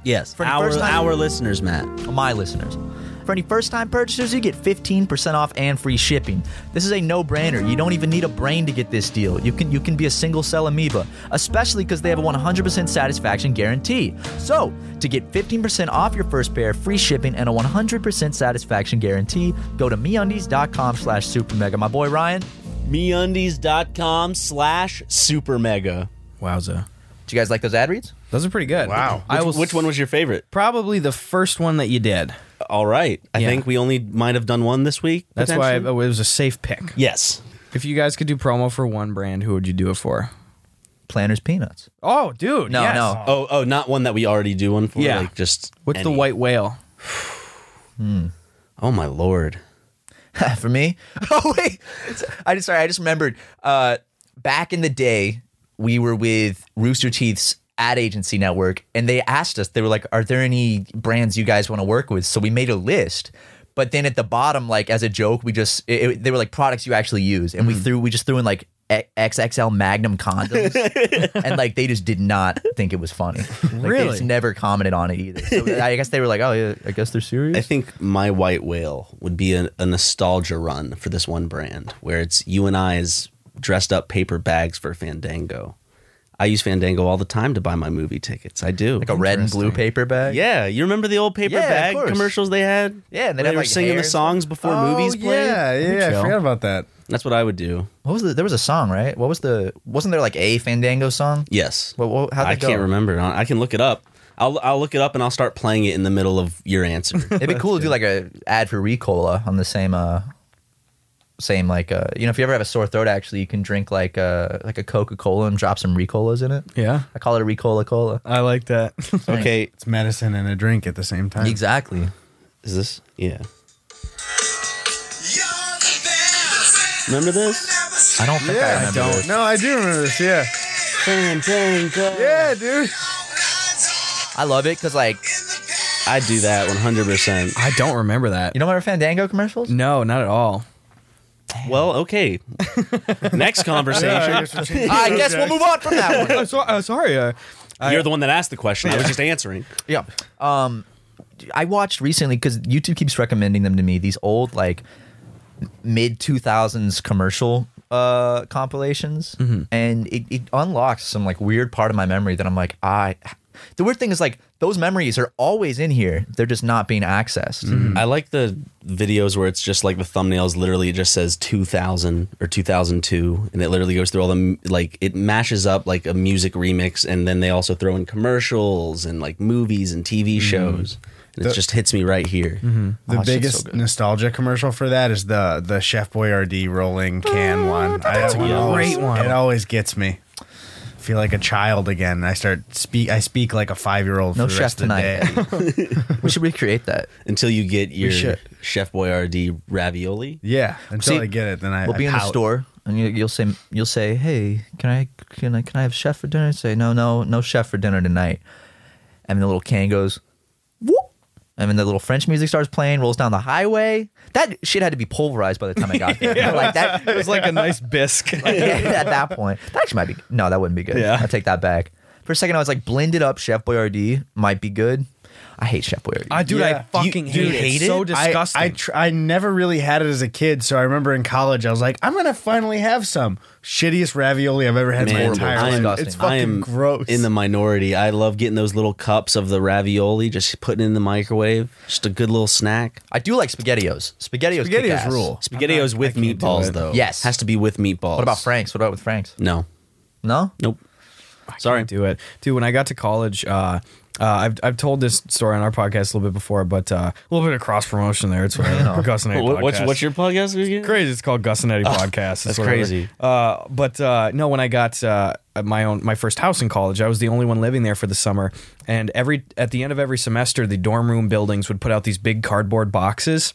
Speaker 5: Yes.
Speaker 1: the
Speaker 5: our,
Speaker 1: first time-
Speaker 5: our listeners, Matt.
Speaker 1: my listeners. For any first time purchasers, you get 15% off and free shipping. This is a no brainer. You don't even need a brain to get this deal. You can, you can be a single cell amoeba, especially because they have a 100% satisfaction guarantee. So, to get 15% off your first pair, free shipping, and a 100% satisfaction guarantee, go to meundies.com slash super mega. My boy Ryan, did
Speaker 5: MeUndies.com slash super mega.
Speaker 4: Wowza,
Speaker 1: you guys like those ad reads?
Speaker 4: those are pretty good.
Speaker 3: Wow.
Speaker 4: I will.
Speaker 5: Which, which one was your favorite?
Speaker 4: Probably the first one that you did.
Speaker 5: All right. I
Speaker 4: Yeah.
Speaker 5: think we only might have done one this week.
Speaker 4: That's why it
Speaker 5: potentially.
Speaker 4: was a safe pick.
Speaker 5: yes.
Speaker 4: If you guys could do promo for one brand, who would you do it for?
Speaker 1: Planners Peanuts.
Speaker 4: Oh, dude.
Speaker 1: No,
Speaker 4: yes.
Speaker 1: no.
Speaker 5: Oh, oh, not one that we already do one for.
Speaker 4: Yeah.
Speaker 5: Like just
Speaker 4: What's the
Speaker 5: any.
Speaker 4: white whale?
Speaker 5: Oh my lord.
Speaker 1: for me. Oh wait, I just sorry. I just remembered. Uh, back in the day, we were with Rooster Teeth's ad agency network, and they asked us. They were like, "Are there any brands you guys want to work with?" So we made a list.
Speaker 5: Mm-hmm.
Speaker 1: But then at the bottom, like as a joke, we just it, it- they were like products you actually use, and we threw we just threw in like e- XXL Magnum condoms, and like they just did not think it was funny. Like, they
Speaker 4: Really?
Speaker 1: just never commented on it either. So I guess they were like, "Oh, yeah, I guess they're
Speaker 5: I
Speaker 1: serious."
Speaker 5: think my white whale would be a, a nostalgia run for this one brand where it's you and I's dressed up paper bags for Fandango. I use Fandango all the time to buy my movie tickets. I do.
Speaker 1: Like a red and blue paper bag.
Speaker 5: yeah, you remember the old paper
Speaker 1: Yeah, of
Speaker 5: bag
Speaker 1: course.
Speaker 5: commercials they had?
Speaker 1: Yeah, and they'd
Speaker 5: Where
Speaker 1: have,
Speaker 5: they were
Speaker 1: like,
Speaker 5: singing the
Speaker 1: hairs. Oh,
Speaker 5: songs before movies played.
Speaker 3: Yeah, yeah, I forgot about that.
Speaker 5: That's what I would do.
Speaker 1: What was the, there was a song, right? What was the wasn't there like a Fandango song?
Speaker 5: Yes.
Speaker 1: What, what, how'd
Speaker 5: I
Speaker 1: that go?
Speaker 5: can't remember. I I can look it up. I'll I'll look it up and I'll start playing it in the middle of your answer.
Speaker 1: It'd be cool to do like a ad for Ricola on the same uh same like uh you know if you ever have a sore throat actually you can drink like uh like a Coca-Cola and drop some Ricolas in it.
Speaker 4: Yeah.
Speaker 1: I call it a Ricola Cola.
Speaker 4: I like that.
Speaker 5: okay,
Speaker 3: It's medicine and a drink at the same time.
Speaker 1: Exactly.
Speaker 5: is this? Yeah. Remember this?
Speaker 1: I don't think I
Speaker 3: Yeah, I
Speaker 1: remember
Speaker 3: don't.
Speaker 1: this.
Speaker 3: No, I do remember this. Yeah. Yeah, dude.
Speaker 1: I love it cuz like
Speaker 5: I do that 100%.
Speaker 4: I don't remember that.
Speaker 1: you don't remember Fandango commercials?
Speaker 4: No, not at all.
Speaker 5: Well, okay. Next conversation.
Speaker 1: I guess we'll move on from that one.
Speaker 4: sorry.
Speaker 5: You're the one that asked the question. I was just answering.
Speaker 1: yeah. Um I watched recently cuz YouTube keeps recommending them to me these old like mid 2000s commercial uh compilations
Speaker 3: Mm-hmm.
Speaker 1: and it, it unlocks some like weird part of my memory that i'm like i the weird thing is like those memories are always in here they're just not being accessed
Speaker 3: Mm-hmm.
Speaker 5: I like the videos where it's just like the thumbnails literally just says 2000 or 2002 and it literally goes through all the m- like it mashes up like a music remix and then they also throw in commercials and like movies and TV shows and it just hits me right here.
Speaker 3: The
Speaker 1: Oh, shit's
Speaker 3: biggest
Speaker 1: so good.
Speaker 3: nostalgia commercial for that is the the Chef Boyardee rolling can one. That's I, that one
Speaker 4: great
Speaker 3: always-
Speaker 4: one.
Speaker 3: It always gets me. I feel like a child again. I start speak. I speak like a five year old.
Speaker 1: No
Speaker 3: for the
Speaker 1: chef
Speaker 3: rest of the
Speaker 1: tonight.
Speaker 3: day.
Speaker 1: we should recreate that
Speaker 5: Until you get your
Speaker 3: should.
Speaker 5: Chef Boyardee ravioli.
Speaker 3: Yeah, until
Speaker 1: See,
Speaker 3: I get it, then I.
Speaker 1: we'll
Speaker 3: I
Speaker 1: be in the
Speaker 3: pout.
Speaker 1: store and you, you'll say you'll say hey can i can i can i have chef for dinner say no no no chef for dinner tonight and the little can goes whoop and then the little French music starts playing, rolls down the highway. That shit had to be pulverized by the time I got there. Like that,
Speaker 4: it was like a nice bisque.
Speaker 1: at that point. That actually might be no, that wouldn't be good.
Speaker 4: Yeah.
Speaker 1: I take that back. For a second, I was like blended up Chef Boyardee might be good. I hate Chef Boyardee.
Speaker 4: I dude,
Speaker 3: Yeah.
Speaker 4: I fucking
Speaker 3: You-
Speaker 4: hate,
Speaker 3: dude,
Speaker 4: it. It's so disgusting.
Speaker 3: I I, tr- I never really had it as a kid, so I remember in college I was like, I'm gonna finally have some shittiest ravioli I've ever had in my
Speaker 5: Man, I
Speaker 3: entire
Speaker 5: am-
Speaker 3: life.
Speaker 1: Disgusting.
Speaker 3: It's fucking
Speaker 5: I am
Speaker 3: gross.
Speaker 5: in the minority. I love getting those little cups of the ravioli, just putting it in the microwave, just a good little snack.
Speaker 1: I do like SpaghettiOs. SpaghettiOs,
Speaker 3: Spaghetti's
Speaker 1: kick-ass.
Speaker 3: rule.
Speaker 5: SpaghettiOs with meatballs, though.
Speaker 1: Yes.
Speaker 5: has to be with meatballs.
Speaker 1: What about Frank's? What about with Frank's?
Speaker 5: No,
Speaker 1: No,
Speaker 5: nope. Sorry.
Speaker 4: do it, dude. When I got to college, uh, uh, I've I've told this story on our podcast a little bit before, but uh, a little bit of cross promotion there. It's whatever. Gus and Eddie
Speaker 5: What- what's
Speaker 4: podcast.
Speaker 5: what's your podcast again?
Speaker 4: crazy? It's called Gus and Eddie podcast.
Speaker 5: that's
Speaker 4: It's whatever.
Speaker 5: crazy.
Speaker 4: Uh, but uh, no, when I got uh, my own my first house in college, I was the only one living there for the summer. And every at the end of every semester, the dorm room buildings would put out these big cardboard boxes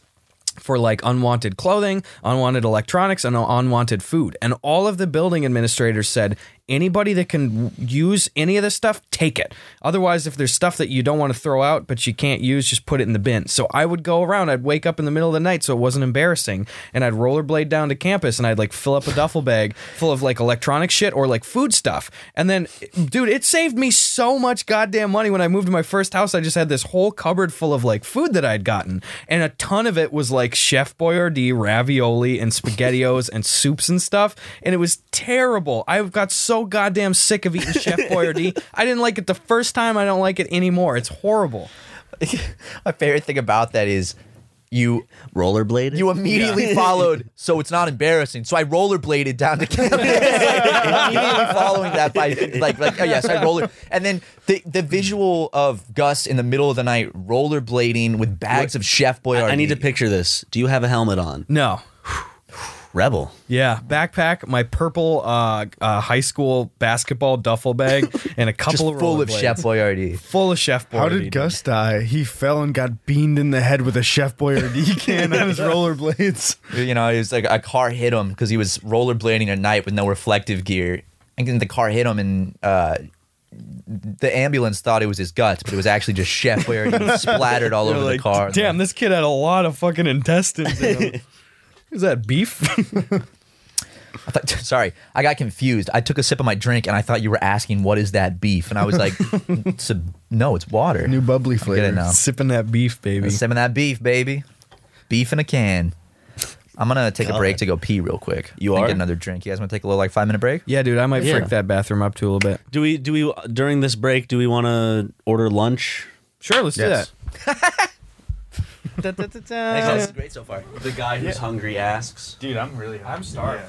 Speaker 4: for like unwanted clothing, unwanted electronics, and unwanted food. And all of the building administrators said, anybody that can use any of this stuff, take it. Otherwise, if there's stuff that you don't want to throw out but you can't use, just put it in the bin. So I would go around, I'd wake up in the middle of the night so it wasn't embarrassing, and I'd rollerblade down to campus and I'd like fill up a duffel bag full of like electronic shit or like food stuff. And then, dude, it saved me so much goddamn money when I moved to my first house. I just had this whole cupboard full of like food that I'd gotten, and a ton of it was like Chef Boyardee ravioli and spaghettios and soups and stuff. And it was terrible. I got so goddamn sick of eating Chef Boyardee. I didn't like it the first time. I don't like it anymore. It's horrible.
Speaker 1: my favorite thing about that is you
Speaker 5: Rollerblade.
Speaker 1: you immediately followed. So it's not embarrassing. So I rollerbladed down to campus, immediately following that by like like oh yes I roller. And then the the visual of Gus in the middle of the night rollerblading with bags of Chef Boyardee.
Speaker 5: I, I need to picture this. Do you have a helmet on?
Speaker 4: No.
Speaker 5: Rebel.
Speaker 4: Yeah, backpack, my purple uh, uh, high school basketball duffel bag, and a couple
Speaker 1: just
Speaker 4: of
Speaker 1: full of
Speaker 4: rollerblades.
Speaker 1: Chef Boyardee.
Speaker 4: full of Chef Boyardee.
Speaker 3: How did Gus die? He fell and got beamed in the head with a Chef Boyardee can on his rollerblades.
Speaker 1: you know, it was like a car hit him because he was rollerblading at night with no reflective gear. And then the car hit him, and uh, the ambulance thought it was his guts, but it was actually just Chef Boyardee splattered all over the car.
Speaker 4: Damn, this kid had a lot of fucking intestines in him. Is that beef?
Speaker 1: I thought, sorry, I got confused. I took a sip of my drink and I thought you were asking what is that beef, and I was like, it's a, no, it's water.
Speaker 3: New bubbly
Speaker 1: I get
Speaker 3: flavor.
Speaker 1: it now.
Speaker 4: Sipping that beef, baby.
Speaker 1: Some of that beef, baby. Beef in a can. I'm gonna take a break to go pee real quick.
Speaker 5: You
Speaker 1: and
Speaker 5: are?
Speaker 1: get another drink. You guys want to take a little like five minute break?
Speaker 4: Yeah, dude, I might
Speaker 5: Yeah.
Speaker 4: freak that bathroom up to a little bit.
Speaker 5: Do we? Do we? During this break, do we want to order lunch?
Speaker 4: Sure, let's
Speaker 3: Yes.
Speaker 4: do that. Da, da, da, da.
Speaker 5: That's great so far. The guy who's hungry asks.
Speaker 3: Dude, I'm really I'm starved.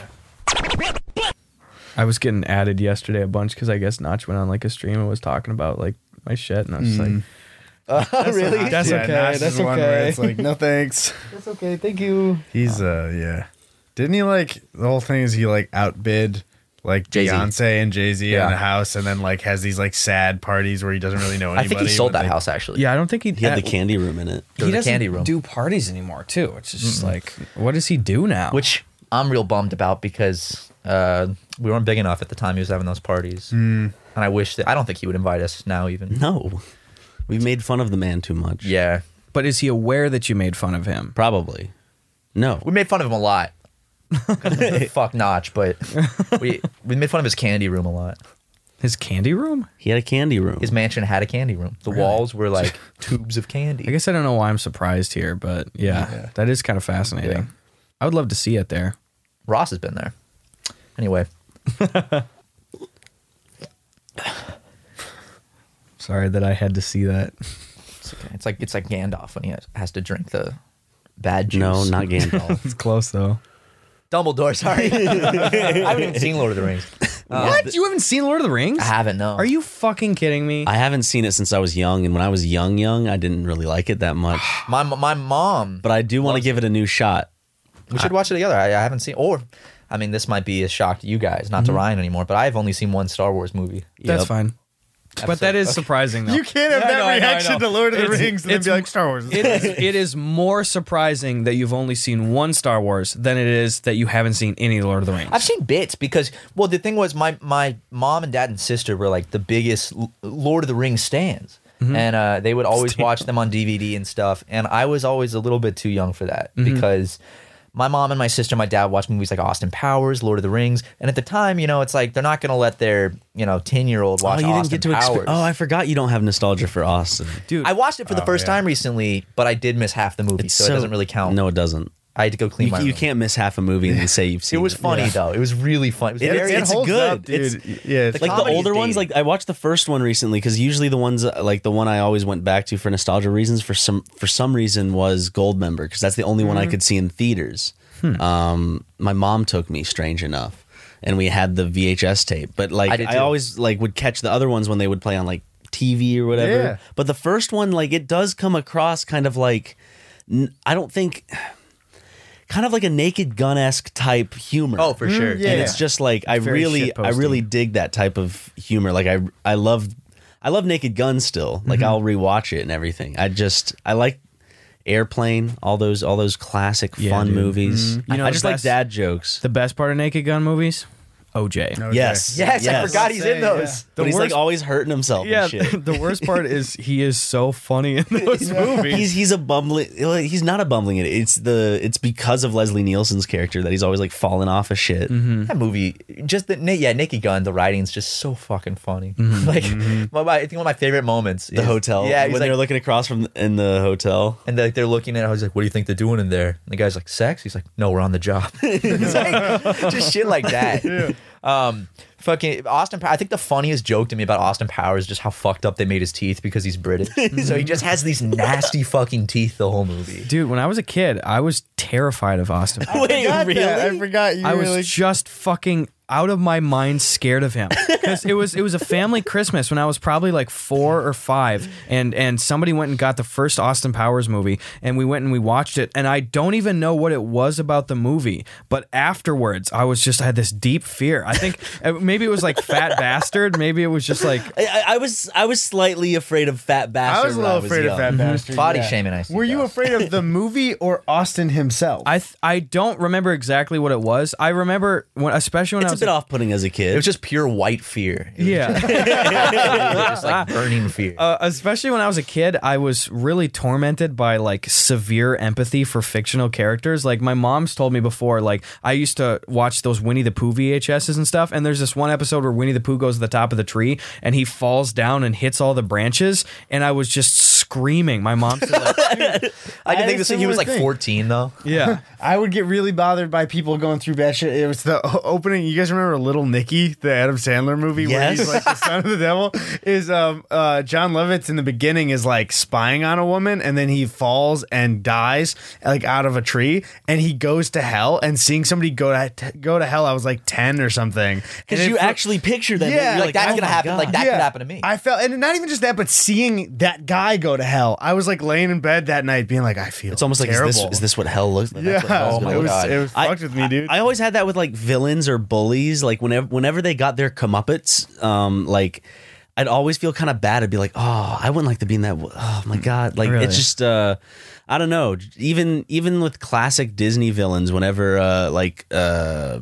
Speaker 4: I was getting added yesterday a bunch because I guess Notch went on like a stream and was talking about like my shit, and I was just like,
Speaker 3: Really?
Speaker 4: That's okay, that's okay.
Speaker 3: it's like, no thanks.
Speaker 4: "That's okay, thank you."
Speaker 3: He's uh yeah. Didn't he like the whole thing is he like outbid like
Speaker 1: Jay-Z.
Speaker 3: Beyonce and Jay Z in
Speaker 1: Yeah.
Speaker 3: the house and then like has these like sad parties where he doesn't really know anybody.
Speaker 1: I think he sold
Speaker 3: but,
Speaker 1: that
Speaker 3: like,
Speaker 1: house actually.
Speaker 4: Yeah, I don't think he,
Speaker 5: He had the candy room in it.
Speaker 1: Go to the candy room.
Speaker 8: do parties anymore, too. It's just like
Speaker 4: What does he do now?
Speaker 1: which I'm real bummed about because uh, we weren't big enough at the time he was having those parties.
Speaker 5: Hmm.
Speaker 1: And I wish that I don't think he would invite us now even.
Speaker 5: No, we've made fun of the man too much.
Speaker 1: Yeah.
Speaker 4: but is he aware that you made fun of him?
Speaker 5: probably. No,
Speaker 1: We made fun of him a lot. Fuck Notch, but we we made fun of his candy room a lot.
Speaker 4: His candy room?
Speaker 5: he had a candy room.
Speaker 1: His mansion had a candy room. The walls were like tubes of candy.
Speaker 4: I guess I don't know why I'm surprised here, but yeah, that is kind of fascinating. I would love to see it there.
Speaker 1: Ross has been there. Anyway,
Speaker 4: Sorry that I had to see that.
Speaker 1: it's, okay. it's like it's like Gandalf when he has, has to drink the bad juice.
Speaker 5: no, not Gandalf.
Speaker 4: It's close though.
Speaker 1: Dumbledore. Sorry, I haven't even seen Lord of the Rings.
Speaker 4: what? You haven't seen Lord of the Rings?
Speaker 1: I haven't. No.
Speaker 4: Are you fucking kidding me?
Speaker 5: I haven't seen it since I was young, and when I was young, young, I didn't really like it that much.
Speaker 1: My my mom.
Speaker 5: But I do want to give it a new shot.
Speaker 1: We should watch it together. I, I haven't seen, or I mean, this might be a shock to you guys, not to
Speaker 5: Mm-hmm.
Speaker 1: Ryan anymore, but I've only seen one Star Wars movie.
Speaker 4: That's
Speaker 5: Yep.
Speaker 4: fine. But that is surprising though.
Speaker 3: You can't have
Speaker 4: Yeah, I
Speaker 3: that
Speaker 4: know, I know, I
Speaker 3: reaction
Speaker 4: know.
Speaker 3: to Lord of the
Speaker 4: It's-
Speaker 3: Rings and then
Speaker 4: it's-
Speaker 3: be like Star Wars.
Speaker 4: it is, it is more surprising that you've only seen one Star Wars than it is that you haven't seen any Lord of the Rings.
Speaker 1: I've seen bits because, well, the thing was, my my mom and dad and sister were like the biggest L- Lord of the Rings stands,
Speaker 5: Mm-hmm.
Speaker 1: and uh, they would always watch them on DVD and stuff. And I was always a little bit too young for that
Speaker 5: Mm-hmm.
Speaker 1: because. My mom and my sister, and my dad watched movies like Austin Powers, Lord of the Rings, and at the time, you know, it's like they're not going to let their you know ten year old watch
Speaker 5: Oh, you
Speaker 1: Austin
Speaker 5: didn't get to
Speaker 1: Powers.
Speaker 5: exp- Oh, I forgot you don't have nostalgia for Austin.
Speaker 4: Dude,
Speaker 1: I watched it for the
Speaker 5: oh,
Speaker 1: first time recently, but I did miss half the movie, so, it doesn't really count.
Speaker 5: No, it doesn't.
Speaker 1: I had to go clean
Speaker 5: You,
Speaker 1: my.
Speaker 5: you
Speaker 1: room.
Speaker 5: can't miss half a movie and say you've
Speaker 1: It
Speaker 5: seen it.
Speaker 1: was funny though. It was really fun. It was very.
Speaker 5: it's
Speaker 3: holds
Speaker 5: good.
Speaker 3: up, dude.
Speaker 5: It's-
Speaker 3: yeah, it's
Speaker 1: the
Speaker 5: Like the
Speaker 1: comedy is
Speaker 5: older ones,
Speaker 1: dated.
Speaker 5: like I watched the first one recently because usually the ones uh, like the one I always went back to for nostalgia reasons for some for some reason was Goldmember because that's the only one
Speaker 1: Mm-hmm.
Speaker 5: I could see in theaters.
Speaker 1: Hmm.
Speaker 5: Um, my mom took me, strange enough, and we had the VHS tape. But like
Speaker 1: I
Speaker 5: I,
Speaker 1: did too.
Speaker 5: always like would catch the other ones when they would play on like TV or whatever.
Speaker 3: Yeah.
Speaker 5: But the first one, like it does come across kind of like n- I don't think. Kind of like a Naked Gun esque type humor.
Speaker 1: oh, for sure.
Speaker 3: yeah.
Speaker 5: And it's just like I really I
Speaker 4: shitposty.
Speaker 5: really dig that type of humor. Like I I love I love Naked Gun still. Like
Speaker 4: Mm-hmm.
Speaker 5: I'll rewatch it and everything. I just I like Airplane, all those all those classic fun
Speaker 4: dude. Mm-hmm.
Speaker 5: movies.
Speaker 4: You know
Speaker 5: I
Speaker 4: the
Speaker 5: just like
Speaker 4: best-
Speaker 5: dad jokes.
Speaker 4: the best part of Naked Gun movies, OJ.
Speaker 5: Oh,
Speaker 3: Okay.
Speaker 5: Yes.
Speaker 1: Yes, I forgot he's in
Speaker 3: Say, yeah.
Speaker 1: those.
Speaker 5: But he's
Speaker 4: worst-
Speaker 5: like always hurting himself
Speaker 4: Yeah,
Speaker 5: and shit.
Speaker 4: the worst part is he is so funny in those movies.
Speaker 5: He's he's a bumbling. like, He's not a bumbling. idiot. It's the it's because of Leslie Nielsen's character that he's always like falling off of shit.
Speaker 4: Mm-hmm.
Speaker 1: That movie, just the na- yeah, Naked Gun. The writing's just so fucking funny. Like, my, my- I think one of my favorite moments.
Speaker 5: Mm-hmm. The hotel.
Speaker 1: Yeah,
Speaker 5: when
Speaker 1: he's like,
Speaker 5: they're looking across from in the hotel.
Speaker 1: and they're, they're looking at. it. I was like, "What do you think they're doing in there?" And the guy's like, "Sex." He's like, "No, we're on the job." It's like, just shit like that. Um, fucking Austin. Pow- I think the funniest joke to me about Austin Powers is just how fucked up they made his teeth because he's British. so he just has these nasty fucking teeth the whole movie.
Speaker 4: Dude, when I was a kid, I was terrified of Austin. Powers.
Speaker 5: Wait,
Speaker 3: I forgot
Speaker 5: really?
Speaker 3: that. I forgot you
Speaker 4: I
Speaker 3: really
Speaker 4: was just fucking out of my mind scared of him because it was it was a family Christmas when I was probably like four or five and and somebody went and got the first Austin Powers movie and we went and we watched it and I don't even know what it was about the movie but afterwards I was just I had this deep fear I think uh, maybe it was like Fat Bastard maybe it was just like
Speaker 5: I, I- I was I was slightly afraid of Fat Bastard.
Speaker 3: I was a
Speaker 5: when
Speaker 3: little afraid of
Speaker 5: young.
Speaker 3: Fat Bastard.
Speaker 1: Body
Speaker 3: yeah.
Speaker 1: shaming, I see
Speaker 3: Were you
Speaker 1: that.
Speaker 3: afraid of the movie or Austin himself?
Speaker 4: I th- I don't remember exactly what it was I remember when especially when
Speaker 5: It's
Speaker 4: I
Speaker 5: a bit off putting as a kid.
Speaker 1: It was just pure white fear. It was
Speaker 4: Yeah.
Speaker 1: just like burning fear.
Speaker 4: uh, especially when I was a kid, I was really tormented by like severe empathy for fictional characters. Like my mom's told me before, like I used to watch those Winnie the Pooh VHSs and stuff. And there's this one episode where Winnie the Pooh goes to the top of the tree and he falls down and hits all the branches. And I was just screaming. My mom said, like,
Speaker 1: I
Speaker 3: I
Speaker 1: didn't
Speaker 3: had
Speaker 1: think
Speaker 3: a
Speaker 1: this. He was
Speaker 3: similar
Speaker 1: like
Speaker 3: thing.
Speaker 1: 14 though.
Speaker 4: yeah,
Speaker 3: I would get really bothered by people going through bad shit. It was the o- opening. You guys remember Little Nicky, the Adam Sandler movie where he's
Speaker 5: Yes.
Speaker 3: like the son of the devil? Is um uh John Lovitz in the beginning is like spying on a woman and then he falls and dies like out of a tree and he goes to hell and seeing somebody go to go to hell I was like 10 or something. And
Speaker 5: because
Speaker 3: it
Speaker 5: you
Speaker 3: felt-
Speaker 5: actually picture that.
Speaker 3: Yeah,
Speaker 5: Yeah,
Speaker 3: like,
Speaker 5: like,
Speaker 1: that's
Speaker 5: oh
Speaker 1: gonna
Speaker 5: my
Speaker 1: happen,
Speaker 5: God.
Speaker 1: like, that could happen to me.
Speaker 3: I felt and not even just that but seeing that guy go to hell. I was like laying in bed that night being like I feel
Speaker 5: It's almost like is this,
Speaker 3: terrible.
Speaker 5: is this what hell looks like?
Speaker 3: yeah,
Speaker 5: That's what hell's gonna
Speaker 3: it
Speaker 5: look
Speaker 3: was,
Speaker 5: like.
Speaker 3: it was
Speaker 5: I-
Speaker 3: fucked with me, dude.
Speaker 5: I always had that with like villains or bullies. Like whenever whenever they got their comeuppance, um, like I'd always feel kind of bad. I'd be like, oh, I wouldn't like to be in that. w- Oh my god, like
Speaker 4: Really?
Speaker 5: it's just, uh, I don't know. Even even with classic Disney villains, whenever uh, like uh,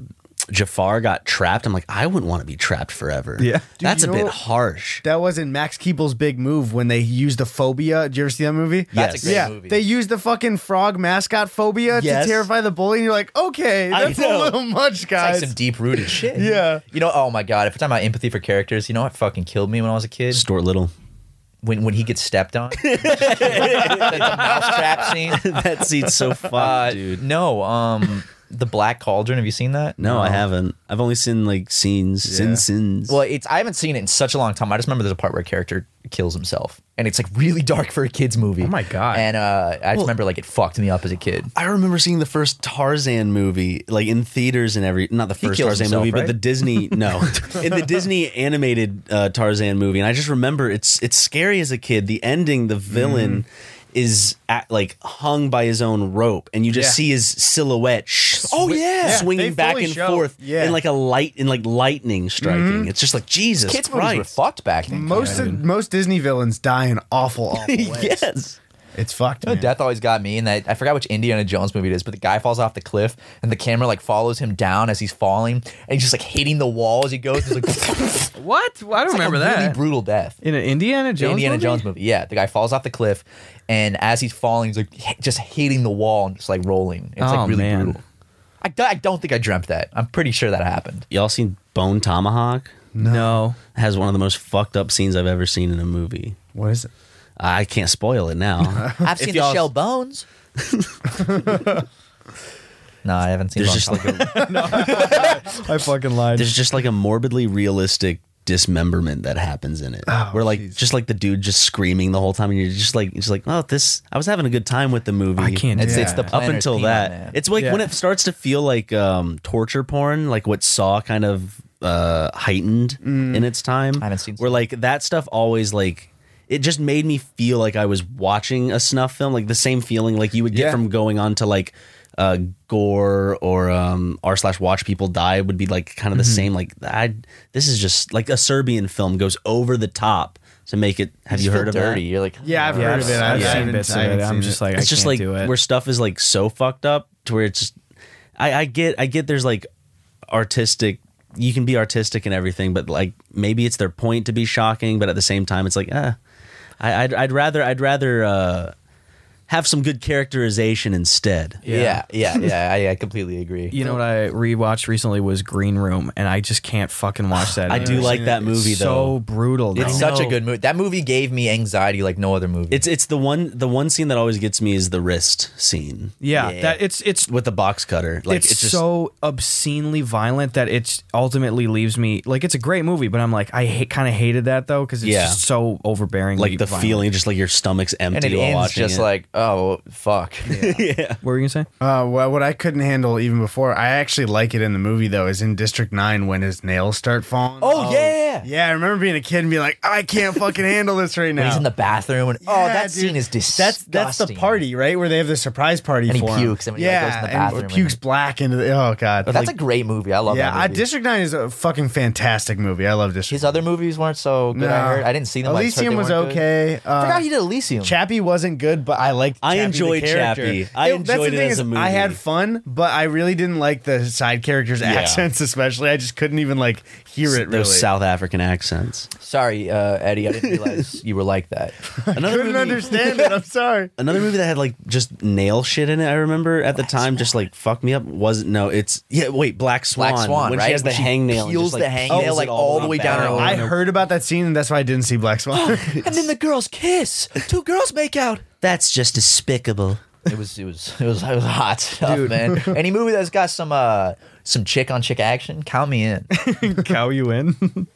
Speaker 5: Jafar got trapped, I'm like, I wouldn't want to be trapped forever.
Speaker 4: Yeah. Dude,
Speaker 5: that's
Speaker 3: you
Speaker 5: a
Speaker 3: know
Speaker 5: bit
Speaker 3: what-
Speaker 5: harsh.
Speaker 3: That was in Max Keeble's big move when they used the phobia. Did you ever see that movie?
Speaker 1: That's a Yes. great
Speaker 3: yeah.
Speaker 1: movie.
Speaker 3: They used the fucking frog mascot phobia
Speaker 5: Yes.
Speaker 3: to terrify the bully. And you're like, okay,
Speaker 5: I
Speaker 3: that's a
Speaker 5: know.
Speaker 3: little much, guys.
Speaker 1: It's like some deep rooted shit.
Speaker 3: Yeah.
Speaker 1: You know, oh my God, if we're talking about empathy for characters, you know what fucking killed me when I was a kid?
Speaker 5: Stuart Little.
Speaker 1: When when he gets stepped on. the mousetrap scene.
Speaker 5: that scene's so fun,
Speaker 1: Uh,
Speaker 5: dude.
Speaker 1: No, um, The Black Cauldron. Have you seen that?
Speaker 5: No, I haven't. I've only seen like scenes, sin sins.
Speaker 1: Well, it's I haven't seen it in such a long time. I just remember there's a part where a character kills himself, and it's like really dark for a kids movie. Oh
Speaker 4: my God.
Speaker 1: And uh, I just remember like it fucked me up as a kid.
Speaker 5: I remember seeing the first Tarzan movie, like in theaters and every not the first
Speaker 1: kills
Speaker 5: Tarzan
Speaker 1: himself,
Speaker 5: movie,
Speaker 1: right?
Speaker 5: but the Disney no, in the Disney animated uh, Tarzan movie, and I just remember it's it's scary as a kid. The ending, the villain is at, like hung by his own rope, and you just
Speaker 3: Yeah.
Speaker 5: see his silhouette. Sh- oh
Speaker 3: Yeah,
Speaker 5: swinging
Speaker 3: they
Speaker 5: back
Speaker 3: fully
Speaker 5: and
Speaker 3: show-
Speaker 5: forth,
Speaker 3: yeah.
Speaker 5: in like a light in like lightning striking. It's just like Jesus
Speaker 1: kids movies were
Speaker 5: Christ.
Speaker 1: fucked back then.
Speaker 3: most of, most Disney villains die in awful, awful ways.
Speaker 5: yes.
Speaker 3: It's fucked.
Speaker 1: You know,
Speaker 3: man.
Speaker 1: death always got me, and that I forgot which Indiana Jones movie it is, but the guy falls off the cliff, and the camera like follows him down as he's falling, and he's just like hitting the wall as he goes. It's like, it's like
Speaker 4: what? Well, I don't remember
Speaker 1: a Really
Speaker 4: that.
Speaker 1: brutal death.
Speaker 4: in an Indiana
Speaker 1: The
Speaker 4: Jones.
Speaker 1: Indiana
Speaker 4: movie?
Speaker 1: Jones movie. Yeah, the guy falls off the cliff, and as he's falling, he's like hit- just hitting the wall and just like rolling. It's
Speaker 4: Oh,
Speaker 1: like really
Speaker 4: man.
Speaker 1: brutal. I, d- I don't think I dreamt that. I'm pretty sure that happened.
Speaker 5: Y'all seen Bone Tomahawk?
Speaker 4: No.
Speaker 5: Has one of the most fucked up scenes I've ever seen in a movie.
Speaker 3: What is it?
Speaker 5: I can't spoil it now.
Speaker 1: I've
Speaker 5: If
Speaker 1: seen the
Speaker 5: y'all-
Speaker 1: shell bones. no, I haven't seen.
Speaker 5: There's
Speaker 1: Bone
Speaker 5: just like
Speaker 1: Tomahawk.
Speaker 5: a,
Speaker 3: I fucking lied.
Speaker 5: there's just like a morbidly realistic dismemberment that happens in it.
Speaker 4: Oh,
Speaker 5: Where like just like the dude just screaming the whole time and you're just like it's like, "Oh, this I was having a good time with the movie."
Speaker 4: I can't do
Speaker 1: it's,
Speaker 4: that.
Speaker 1: it's the
Speaker 5: up
Speaker 1: planner's
Speaker 5: until
Speaker 1: peanut,
Speaker 5: that.
Speaker 1: man.
Speaker 5: It's like when
Speaker 4: Yeah.
Speaker 5: it starts to feel like um torture porn, like what Saw kind of uh heightened in its time.
Speaker 1: I haven't seen
Speaker 5: Where
Speaker 1: Saw.
Speaker 5: like that stuff always like it just made me feel like I was watching a snuff film, like the same feeling like you would get
Speaker 3: Yeah.
Speaker 5: from going on to like uh gore or um r slash watch people die would be like kind
Speaker 1: Mm-hmm.
Speaker 5: of the same like I this is just like a Serbian film goes over the top to make it have you
Speaker 1: Just
Speaker 5: heard
Speaker 1: feel
Speaker 5: of
Speaker 1: dirty.
Speaker 5: that?
Speaker 1: You're like,
Speaker 3: yeah, I've heard of it. I've,
Speaker 4: I've
Speaker 3: I
Speaker 4: seen
Speaker 3: haven't-
Speaker 4: bits of
Speaker 3: I haven't
Speaker 4: it. I'm
Speaker 3: seen
Speaker 4: just like, I
Speaker 5: it's just
Speaker 4: can't
Speaker 5: like
Speaker 4: do it.
Speaker 5: where stuff is like so fucked up to where it's just I, I get I get there's like artistic you can be artistic and everything, but like maybe it's their point to be shocking, but at the same time it's like ah I, I'd I'd rather I'd rather uh have some good characterization instead.
Speaker 1: yeah, yeah, yeah. I, I completely agree.
Speaker 4: You know what I rewatched recently was Green Room, and I just can't fucking watch that.
Speaker 5: I do
Speaker 4: anymore.
Speaker 5: like that movie
Speaker 4: so
Speaker 5: though.
Speaker 4: brutal. Though.
Speaker 1: it's such a good movie. That movie gave me anxiety like no other movie.
Speaker 5: It's it's the one the one scene that always gets me is the wrist scene.
Speaker 4: yeah, that it's it's
Speaker 5: With the box cutter. Like
Speaker 4: it's,
Speaker 5: it's, just
Speaker 4: so obscenely violent that it's ultimately leaves me like it's a great movie, but I'm like I ha- kind of hated that though because it's
Speaker 5: Yeah.
Speaker 4: just so overbearing.
Speaker 5: like the feeling, just like your stomach's empty
Speaker 1: and it
Speaker 5: while
Speaker 1: ends
Speaker 5: watching
Speaker 1: just
Speaker 5: it.
Speaker 1: like, oh fuck.
Speaker 4: What were you gonna say?
Speaker 3: Uh, well, what I couldn't handle even before, I actually like it in the movie though, is in District Nine when his nails start falling.
Speaker 1: Oh, yeah.
Speaker 3: yeah. I remember being a kid and being like, I can't fucking handle this right now.
Speaker 1: He's in the bathroom, and oh,
Speaker 3: Yeah,
Speaker 1: that
Speaker 3: dude.
Speaker 1: scene is disgusting.
Speaker 3: That's that's the party, right? Where they have the surprise party
Speaker 1: And he
Speaker 3: for him.
Speaker 1: pukes, and when he, like,
Speaker 3: yeah,
Speaker 1: goes in the
Speaker 3: and
Speaker 1: bathroom
Speaker 3: pukes
Speaker 1: and-
Speaker 3: black into the. Oh god,
Speaker 1: That's
Speaker 3: Like,
Speaker 1: a great movie. I love
Speaker 3: yeah.
Speaker 1: that
Speaker 3: I,
Speaker 1: movie.
Speaker 3: District Nine is a fucking fantastic movie. I love District.
Speaker 1: His other movies weren't so good. I heard. I didn't see them. but I just heard
Speaker 3: Elysium
Speaker 1: they
Speaker 3: was
Speaker 1: weren't good.
Speaker 3: okay.
Speaker 1: I
Speaker 3: Uh,
Speaker 1: forgot he did Elysium.
Speaker 3: Chappie wasn't good, but I like liked.
Speaker 5: I
Speaker 3: Chappie the
Speaker 5: enjoyed
Speaker 3: character.
Speaker 5: Chappie. I
Speaker 3: that's the
Speaker 5: enjoyed it
Speaker 3: thing
Speaker 5: as a
Speaker 3: is,
Speaker 5: movie.
Speaker 3: I had fun, but I really didn't like the side characters'
Speaker 5: Yeah.
Speaker 3: accents, especially. I just couldn't even like hear it. Really,
Speaker 5: Those South African accents.
Speaker 1: Sorry, uh, Eddie. I didn't realize you were like that.
Speaker 5: Another
Speaker 3: couldn't
Speaker 5: movie,
Speaker 3: understand it. I'm sorry.
Speaker 5: another movie that had like just nail shit in it. I remember at the time, just like fuck me up. Wasn't no, it's yeah. Wait, Black Swan.
Speaker 1: Black Swan,
Speaker 5: when
Speaker 1: right?
Speaker 5: she has the
Speaker 1: When she
Speaker 5: hangnail, and
Speaker 1: peels
Speaker 5: just, like,
Speaker 1: the hangnail,
Speaker 5: peels
Speaker 1: like,
Speaker 5: it
Speaker 1: all the way down her
Speaker 5: back.
Speaker 1: arm.
Speaker 3: I heard about that scene, and that's why I didn't see Black Swan.
Speaker 1: and then the girls kiss. Two girls make out.
Speaker 5: That's just despicable.
Speaker 1: It was it was it was it was hot stuff, man. Any movie that's got some uh some chick on chick action, count me in.
Speaker 9: cow you in.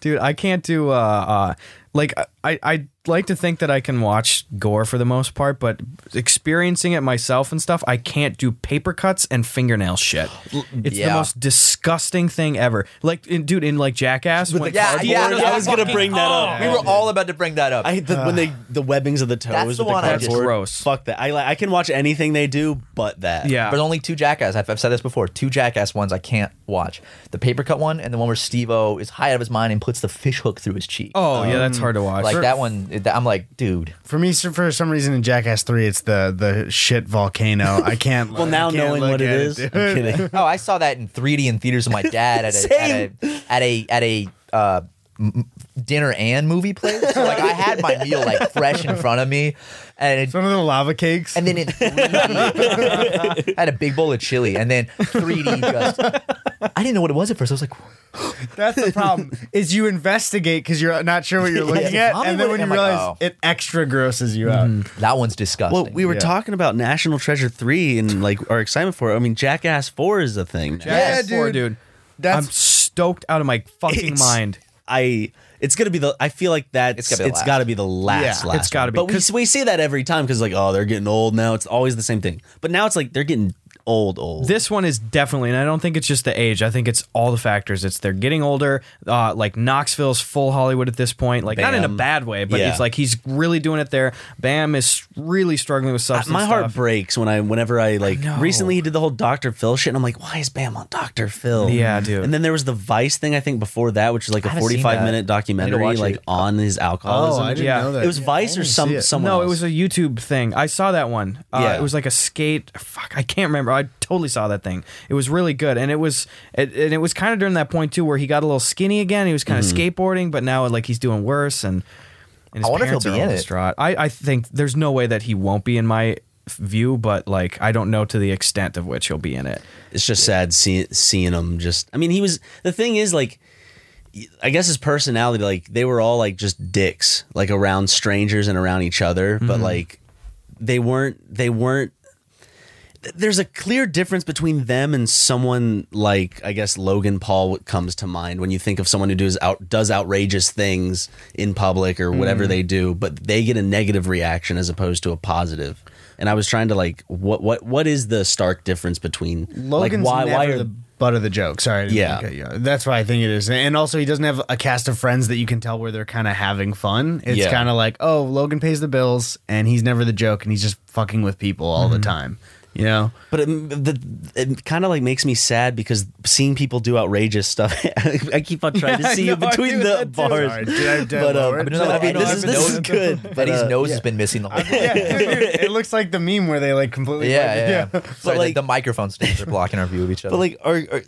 Speaker 9: Dude, I can't do uh, uh like I I like to think that I can watch gore for the most part, but experiencing it myself and stuff, I can't do paper cuts and fingernail shit. It's the
Speaker 1: Yeah.
Speaker 9: most disgusting thing ever. Like, in, dude, in like Jackass, when
Speaker 1: yeah, yeah,
Speaker 5: Cardboard? I was gonna bring that up.
Speaker 1: we were all about to bring that up.
Speaker 5: oh. I hate the, when they the webbings of the toes.
Speaker 1: That's the
Speaker 5: with
Speaker 1: one I
Speaker 5: cardboard.
Speaker 1: just-
Speaker 9: Gross.
Speaker 5: Fuck that. I like. I can watch anything they do, but that.
Speaker 9: yeah,
Speaker 1: but only two jackass. I've, I've said this before. Two jackass ones I can't watch. The paper cut one and the one where Steve-O is high out of his mind and puts the fish hook through his cheek.
Speaker 9: oh yeah, that's hard to watch.
Speaker 1: Um, like that one. it- I'm like, dude.
Speaker 3: For me, so- for some reason, in Jackass Three, it's the the shit volcano. I can't.
Speaker 5: Well, now
Speaker 3: I can't
Speaker 5: knowing
Speaker 3: look
Speaker 5: what it
Speaker 3: at
Speaker 5: is,
Speaker 3: dude.
Speaker 5: I'm kidding.
Speaker 1: Oh, I saw that in 3D in theaters with my dad at a at a at a, at a uh, m- m- dinner and movie place. So, like I had my meal like fresh in front of me, and it,
Speaker 3: It's one of the lava cakes.
Speaker 1: And then in 3D, I had a big bowl of chili, and then 3D just, I didn't know what it was at first. I was like,
Speaker 3: That's the problem. is you investigate because you're not sure what you're looking
Speaker 1: Yeah.
Speaker 3: at, and then when you
Speaker 1: I'm like,
Speaker 3: realize
Speaker 1: oh.
Speaker 3: it extra grosses you out.
Speaker 4: Mm-hmm.
Speaker 1: that one's disgusting.
Speaker 5: Well, we were
Speaker 3: Yeah.
Speaker 5: talking about National Treasure three and like our excitement for it. I mean, Jackass four is a thing. now.
Speaker 9: Jackass
Speaker 3: Yeah,
Speaker 9: four,
Speaker 3: dude.
Speaker 9: dude.
Speaker 3: That's
Speaker 9: I'm stoked out of my fucking
Speaker 5: It's-
Speaker 9: mind.
Speaker 5: I it's gonna be the I feel like that
Speaker 1: It's
Speaker 5: it's
Speaker 1: gotta be the last.
Speaker 5: got to be the last
Speaker 9: Yeah,
Speaker 5: last.
Speaker 9: it's gotta
Speaker 5: one.
Speaker 9: be,
Speaker 5: But we
Speaker 9: 'cause-
Speaker 5: we see that every time cuz like oh they're getting old now. It's always the same thing. But now it's like they're getting old old.
Speaker 9: This one is definitely, and I don't think it's just the age. I think it's all the factors. It's they're getting older. Uh, like Knoxville's full Hollywood at this point. Like not in a
Speaker 5: Bam.
Speaker 9: bad way, but
Speaker 5: Yeah.
Speaker 9: it's like he's really doing it there. Bam is really struggling with
Speaker 5: I-
Speaker 9: substance.
Speaker 5: my heart
Speaker 9: stuff.
Speaker 5: breaks when I whenever I like
Speaker 9: know.
Speaker 5: recently he did the whole Dr. Phil shit and I'm like why is Bam on Dr. Phil?
Speaker 9: Yeah, dude.
Speaker 5: And then there was the Vice thing I think before that which is like a
Speaker 1: haven't seen
Speaker 5: 45
Speaker 1: that. I need
Speaker 5: minute
Speaker 1: to
Speaker 5: documentary
Speaker 1: watch
Speaker 5: like
Speaker 1: it.
Speaker 5: on his alcoholism.
Speaker 9: yeah.
Speaker 5: It was Vice or some
Speaker 3: it.
Speaker 5: someone
Speaker 9: No, it
Speaker 5: else.
Speaker 9: was a YouTube thing. I saw that one. Uh,
Speaker 5: Yeah.
Speaker 9: It was like a skate. Fuck, I can't remember. I totally saw that thing. It was really good, and it was, it, and it was kind of during that point too where he got a little skinny again. He was kind of skateboarding, but now like he's doing worse, and,
Speaker 1: Mm-hmm.
Speaker 9: and his
Speaker 1: I wonder if
Speaker 9: parents
Speaker 1: he'll
Speaker 9: are
Speaker 1: be
Speaker 9: all
Speaker 1: in it.
Speaker 9: distraught. I, I think there's no way that he won't be in my view, but like I don't know to the extent of which he'll be in it.
Speaker 5: it's just sad see, seeing him just i mean he was the thing is like i guess his personality like they were all like just dicks like around strangers and around each other but
Speaker 3: Mm-hmm.
Speaker 5: like they weren't they weren't th- there's a clear difference between them and someone like I guess Logan Paul what comes to mind when you think of someone who does out does outrageous things in public or
Speaker 3: Mm-hmm.
Speaker 5: whatever they do, but they get a negative reaction as opposed to a positive. And I was trying to like what what what is the stark difference between like
Speaker 3: Logan's
Speaker 5: why
Speaker 3: never
Speaker 5: why are
Speaker 3: the butt of the joke. Sorry. I didn't
Speaker 5: Yeah.
Speaker 3: mean to cut you off. That's why I think it is. And also, he doesn't have a cast of friends that you can tell where they're kind of having fun. It's
Speaker 5: Yeah.
Speaker 3: kind of like, oh, Logan pays the bills, and he's never the joke, and he's just fucking with people all the time. You know,
Speaker 5: But it, the, it kind of like makes me sad because seeing people do outrageous stuff, I keep on trying to see you between the bars.
Speaker 3: Sorry, did I- did I
Speaker 5: but um,
Speaker 3: lower it?
Speaker 5: but
Speaker 1: No,
Speaker 5: I
Speaker 1: I
Speaker 5: mean,
Speaker 1: know,
Speaker 5: this
Speaker 1: I've
Speaker 5: is
Speaker 1: been
Speaker 5: this is
Speaker 1: noticing.
Speaker 5: good. But,
Speaker 1: Eddie's
Speaker 5: uh,
Speaker 1: nose has been missing the whole time.
Speaker 3: yeah, dude, it looks like the meme where they like completely.
Speaker 1: Yeah, yeah. yeah. Sorry,
Speaker 5: like-
Speaker 1: like, the, the microphone stands are blocking our view of each other.
Speaker 5: But like, are, are,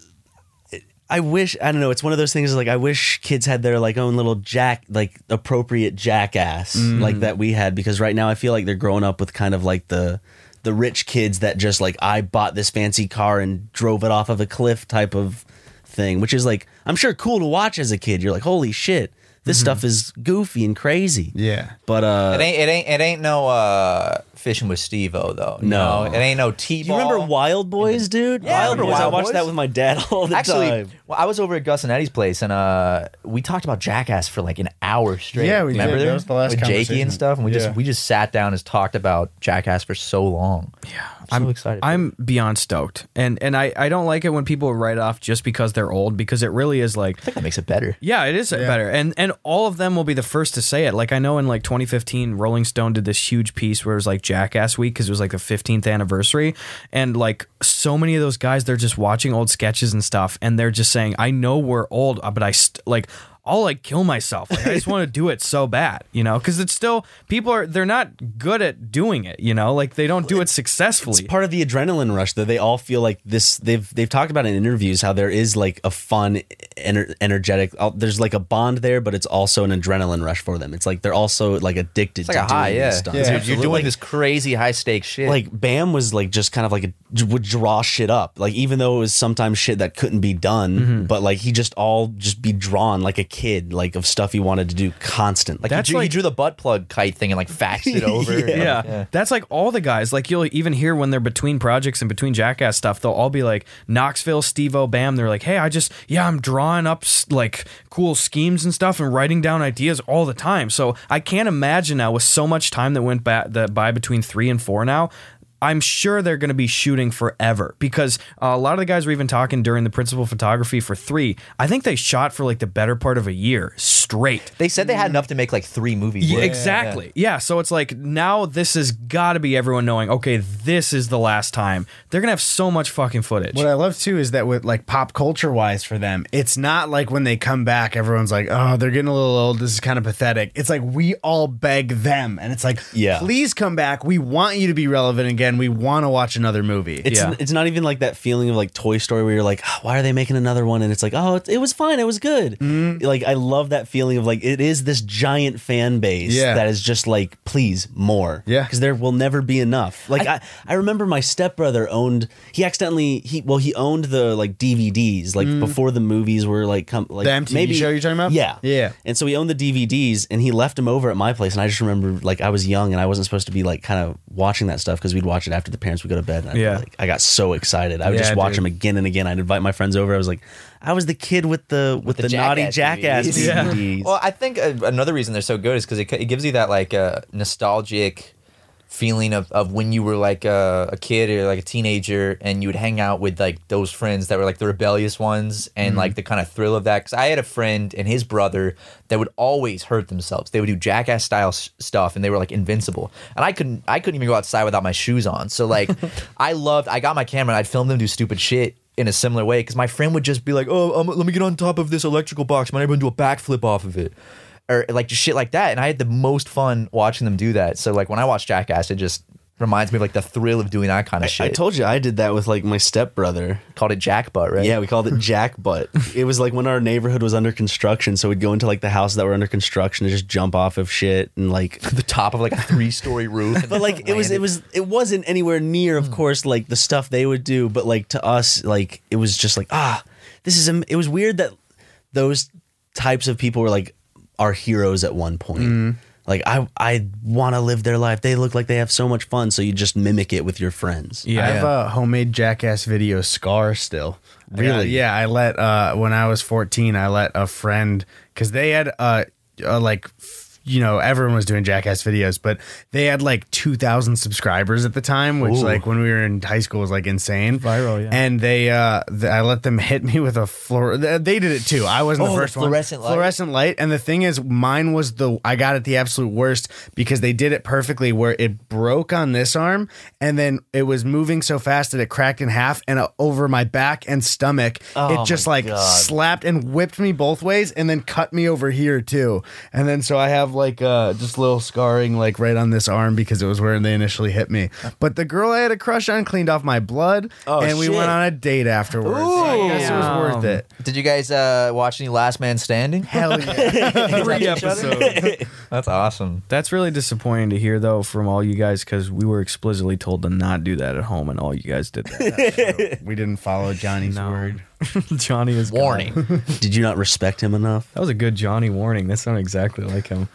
Speaker 5: I wish I don't know. It's one of those things like I wish kids had their like own little jack, like appropriate jackass like that we had because right now I feel like they're growing up with kind of like the the rich kids that just like I bought this fancy car and drove it off of a cliff type of thing, which is like I'm sure cool to watch as a kid. You're like, holy shit, this stuff is goofy and crazy.
Speaker 3: Yeah.
Speaker 5: But uh,
Speaker 1: it ain't it ain't it ain't no uh, fishing with Steve-O though. you
Speaker 5: No.
Speaker 1: know? it ain't no T.
Speaker 5: do you remember Wild Boys, dude?
Speaker 1: Yeah, I
Speaker 5: Wild
Speaker 1: remember
Speaker 5: Boys. I
Speaker 1: Wild
Speaker 5: watched
Speaker 1: Boys.
Speaker 5: that with my dad all the
Speaker 1: Actually,
Speaker 5: time.
Speaker 1: well, I was over at Gus and Eddie's place, and uh, we talked about Jackass for like an hour straight.
Speaker 3: Yeah, we
Speaker 1: remember
Speaker 3: did.
Speaker 1: there?
Speaker 3: That was the last
Speaker 1: with Jakey
Speaker 3: conversation.
Speaker 1: and stuff, and we
Speaker 3: Yeah.
Speaker 1: just we just sat down and talked about Jackass for so long. Yeah, I'm, so excited. for
Speaker 9: I'm beyond stoked, and and I I don't like it when people write off just because they're old because it really is like
Speaker 1: it. that makes it better.
Speaker 9: Yeah, it is better, and and all of them will be the first to say it. Like I know in like 2015, Rolling Stone did this huge piece where it was like Jackass Week because it was like the 15th anniversary, and like so many of those guys, they're just watching old sketches and stuff, and they're just saying, "I know we're old, uh, but I st- like." I'll like kill myself. Like I just want to do it so bad, you know, because it's still people are they're not good at doing it, you know, like they don't do it successfully.
Speaker 5: It's part of the adrenaline rush that they all feel like this. They've they've talked about in interviews how there is like a fun, ener- energetic. uh, There's like a bond there, but it's also an adrenaline rush for them. It's like they're also like addicted
Speaker 1: like
Speaker 5: to
Speaker 1: a high,
Speaker 5: doing
Speaker 1: yeah.
Speaker 5: this stuff.
Speaker 1: Yeah, Dude, you're absolutely. doing
Speaker 5: Like,
Speaker 1: this crazy high stakes shit.
Speaker 5: Like Bam was like just kind of like a, would draw shit up. Like even though it was sometimes shit that couldn't be done,
Speaker 1: Mm-hmm.
Speaker 5: but like he just all just be drawn like a kid, like of stuff he wanted to do constantly.
Speaker 1: Like he, drew, he drew the butt plug kite thing and like faxed it over.
Speaker 9: yeah. That's like all the guys. Like you'll even hear when they're between projects and between jackass stuff, they'll all be like Knoxville, Steve O Bam. They're like, hey, I just, yeah, I'm drawing up s- like cool schemes and stuff and writing down ideas all the time. So I can't imagine now with so much time that went ba- that by between three and four now. I'm sure they're going to be shooting forever because uh, a lot of the guys were even talking during the principal photography for three. I think they shot for like the better part of a year straight.
Speaker 1: They said they had enough to make like three movies.
Speaker 9: Yeah,
Speaker 1: worth.
Speaker 9: exactly. Yeah. So it's like now this has got to be everyone knowing, okay, this is the last time. They're going to have so much fucking footage.
Speaker 3: What I love too is that with like pop culture wise for them, it's not like when they come back, everyone's like, oh, they're getting a little old. This is kind of pathetic. It's like we all beg them, and it's like,
Speaker 5: Yeah.
Speaker 3: please come back. We want you to be relevant again. We want to watch another movie.
Speaker 5: It's it's not even like that feeling of like Toy Story where you're like, "Oh, why are they making another one? And it's like, oh, it, it was fine, it was good.
Speaker 3: Mm-hmm.
Speaker 5: Like I love that feeling of like it is this giant fan base
Speaker 3: Yeah.
Speaker 5: that is just like, please more,
Speaker 3: Yeah.
Speaker 5: because there will never be enough. Like I, I, remember my stepbrother owned he accidentally he well he owned the like DVDs like before the movies were like come like
Speaker 3: Mm. The MTV
Speaker 5: maybe
Speaker 3: show you're talking about?
Speaker 5: yeah
Speaker 3: Yeah.
Speaker 5: and so he owned the DVDs and he left them over at my place. And I just remember like I was young and I wasn't supposed to be like kind of watching that stuff because we'd watch it after the parents would go to bed. And I'd be
Speaker 9: Yeah.
Speaker 5: like, I got so excited. I would
Speaker 9: Yeah,
Speaker 5: just watch
Speaker 9: dude.
Speaker 5: them again and again. I'd invite my friends over. I was like, I was the kid with the with, the, naughty jackass DVDs.
Speaker 1: Well, I think uh, another reason they're so good is because it, it gives you that like uh, nostalgic feeling of, of when you were like a, a kid or like a teenager and you would hang out with like those friends that were like the rebellious ones and like the kind of thrill of that because i had a friend and his brother that would always hurt themselves they would do jackass style s- stuff and they were like invincible and i couldn't i couldn't even go outside without my shoes on so like i loved i got my camera and i'd film them do stupid shit in a similar way because my friend would just be like, "Oh, um, let me get on top of this electrical box. My neighbor do a backflip off of it." Or like just shit like that, and I had the most fun watching them do that. So like when I watch Jackass, it just reminds me of like the thrill of doing that kind of shit.
Speaker 5: I told you I did that with like my stepbrother.
Speaker 1: called it Jack Butt, right?
Speaker 5: Yeah, we called it Jack Butt. it was like when our neighborhood was under construction, so we'd go into like the houses that were under construction and just jump off of shit and like
Speaker 1: the top of like a three story roof. and
Speaker 5: but
Speaker 1: then
Speaker 5: like it was it
Speaker 1: landed.
Speaker 5: was it wasn't anywhere near of course like the stuff they would do but like to us like it was just like ah this is am- it was weird that those types of people were like our heroes at one point like i i want to live their life they look like they have so much fun so you just mimic it with your friends
Speaker 3: I
Speaker 9: yeah.
Speaker 3: have
Speaker 10: uh,
Speaker 3: a homemade jackass video scar still.
Speaker 5: Really?
Speaker 3: Yeah, I let uh when I was 14, I let a friend cuz they had uh, uh like f- you know, everyone was doing jackass videos, but they had like 2000 subscribers at the time, which like when we were in high school was like insane.
Speaker 9: Viral, yeah.
Speaker 3: And they uh th- I let them hit me with a floor they they did it too. I wasn't
Speaker 1: Oh,
Speaker 3: the
Speaker 1: the
Speaker 3: first
Speaker 1: fluorescent
Speaker 3: one.
Speaker 1: light.
Speaker 3: Fluorescent light and the thing is mine was the I got it the absolute worst because they did it perfectly where it broke on this arm and then it was moving so fast that it cracked in half and uh, over my back and stomach it just like slapped and whipped me both ways and then cut me over here too and then so I have like uh just little scarring like right on this arm because it was where they initially hit me but the girl I had a crush on cleaned off my blood and we
Speaker 5: shit.
Speaker 3: went on a date afterwards I guess it was worth it
Speaker 1: Did you guys uh, watch any Last Man Standing?
Speaker 3: hell yeah
Speaker 9: Three episodes.
Speaker 1: That's awesome.
Speaker 9: That's really disappointing to hear though from all you guys because we were explicitly told to not do that at home and all you guys did that.
Speaker 3: we didn't follow Johnny's word
Speaker 9: Johnny is gone.
Speaker 1: Warning:
Speaker 5: did you not respect him enough
Speaker 9: That was a good Johnny warning. That sounded exactly like him.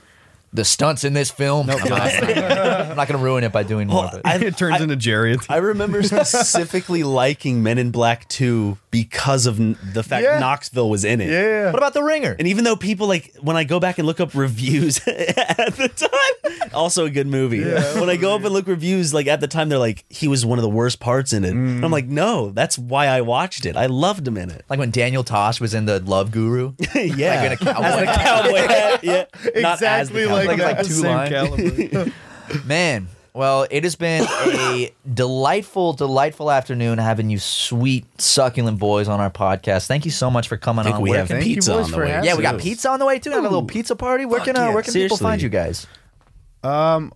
Speaker 1: the stunts in this film. I'm, not, I'm not gonna ruin it by doing more. But.
Speaker 5: I-
Speaker 9: it turns into Jerry. at the-
Speaker 5: I remember specifically liking Men in Black 2 because of n- the fact
Speaker 3: Yeah.
Speaker 5: Knoxville was in it.
Speaker 3: yeah
Speaker 1: what about The Ringer?
Speaker 5: And even though people like when I go back and look up reviews at the time, also a good movie. When I go up and look reviews, like at the time, they're like, he was one of the worst parts in it. And I'm like, no, that's why I watched it. I loved him in it.
Speaker 1: Like when Daniel Tosh was in the Love Guru.
Speaker 5: yeah.
Speaker 1: Like in a cowboy.
Speaker 5: As the cowboy hat. Yeah. Not as the
Speaker 3: exactly
Speaker 5: cowboy
Speaker 3: like
Speaker 1: Like,
Speaker 5: hat.
Speaker 1: like
Speaker 3: that.
Speaker 1: two lines. Man, Well, it has been a delightful, delightful afternoon having you sweet, succulent boys on our podcast. Thank you so much for coming
Speaker 5: Think
Speaker 1: on.
Speaker 5: we
Speaker 1: Where
Speaker 5: have
Speaker 1: can
Speaker 5: Thank you
Speaker 1: pizza
Speaker 5: boys
Speaker 1: on the
Speaker 5: for
Speaker 1: way?
Speaker 5: having
Speaker 1: Yeah, we got
Speaker 5: us.
Speaker 1: pizza on the way too. Have a little pizza party. Where can uh,
Speaker 5: yeah.
Speaker 1: where can people
Speaker 5: Seriously.
Speaker 1: find you guys?
Speaker 10: Um.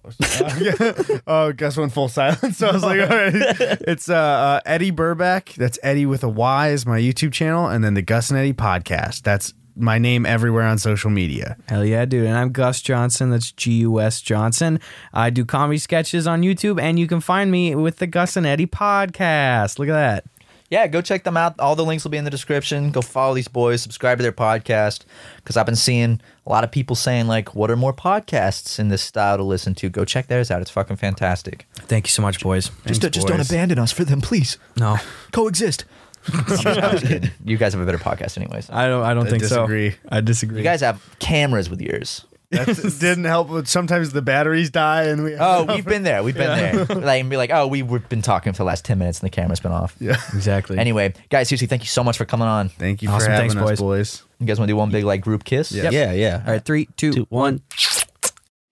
Speaker 10: oh, guess when full silence. So I was like, all right. It's uh, uh Eddie Burback. That's Eddie with a Y is my YouTube channel, and then the Gus and Eddie podcast. That's my name everywhere on social media.
Speaker 9: Hell yeah, dude. And I'm Gus Johnson. That's G U S Johnson. I do comedy sketches on YouTube, and you can find me with the Gus and Eddie podcast. Look at that.
Speaker 1: Yeah, go check them out. All the links will be in the description. Go follow these boys, subscribe to their podcast because I've been seeing a lot of people saying like, "What are more podcasts in this style to listen to?" Go check theirs out. It's fucking fantastic.
Speaker 9: Thank you so much, boys.
Speaker 1: just just don't abandon us for them, please.
Speaker 9: No,
Speaker 1: Coexist. I'm just kidding. You guys have a better podcast, anyways.
Speaker 9: I don't. I don't think
Speaker 10: disagree.
Speaker 9: so. I disagree.
Speaker 1: You guys have cameras with yours.
Speaker 10: That didn't help. But sometimes the batteries die, and we.
Speaker 1: Oh, we've been there. We've been there. Like, and be like, oh, we, we've been talking for the last 10 minutes and the camera's been off.
Speaker 10: Yeah.
Speaker 9: exactly.
Speaker 1: Anyway, guys, seriously, thank you so much for coming on.
Speaker 10: Thank you
Speaker 9: Awesome.
Speaker 10: for having
Speaker 9: Thanks,
Speaker 10: us, boys.
Speaker 1: You guys want to do one big, like, group kiss?
Speaker 10: Yeah.
Speaker 5: Yeah, yeah.
Speaker 9: All right, three, two,
Speaker 5: Two, one.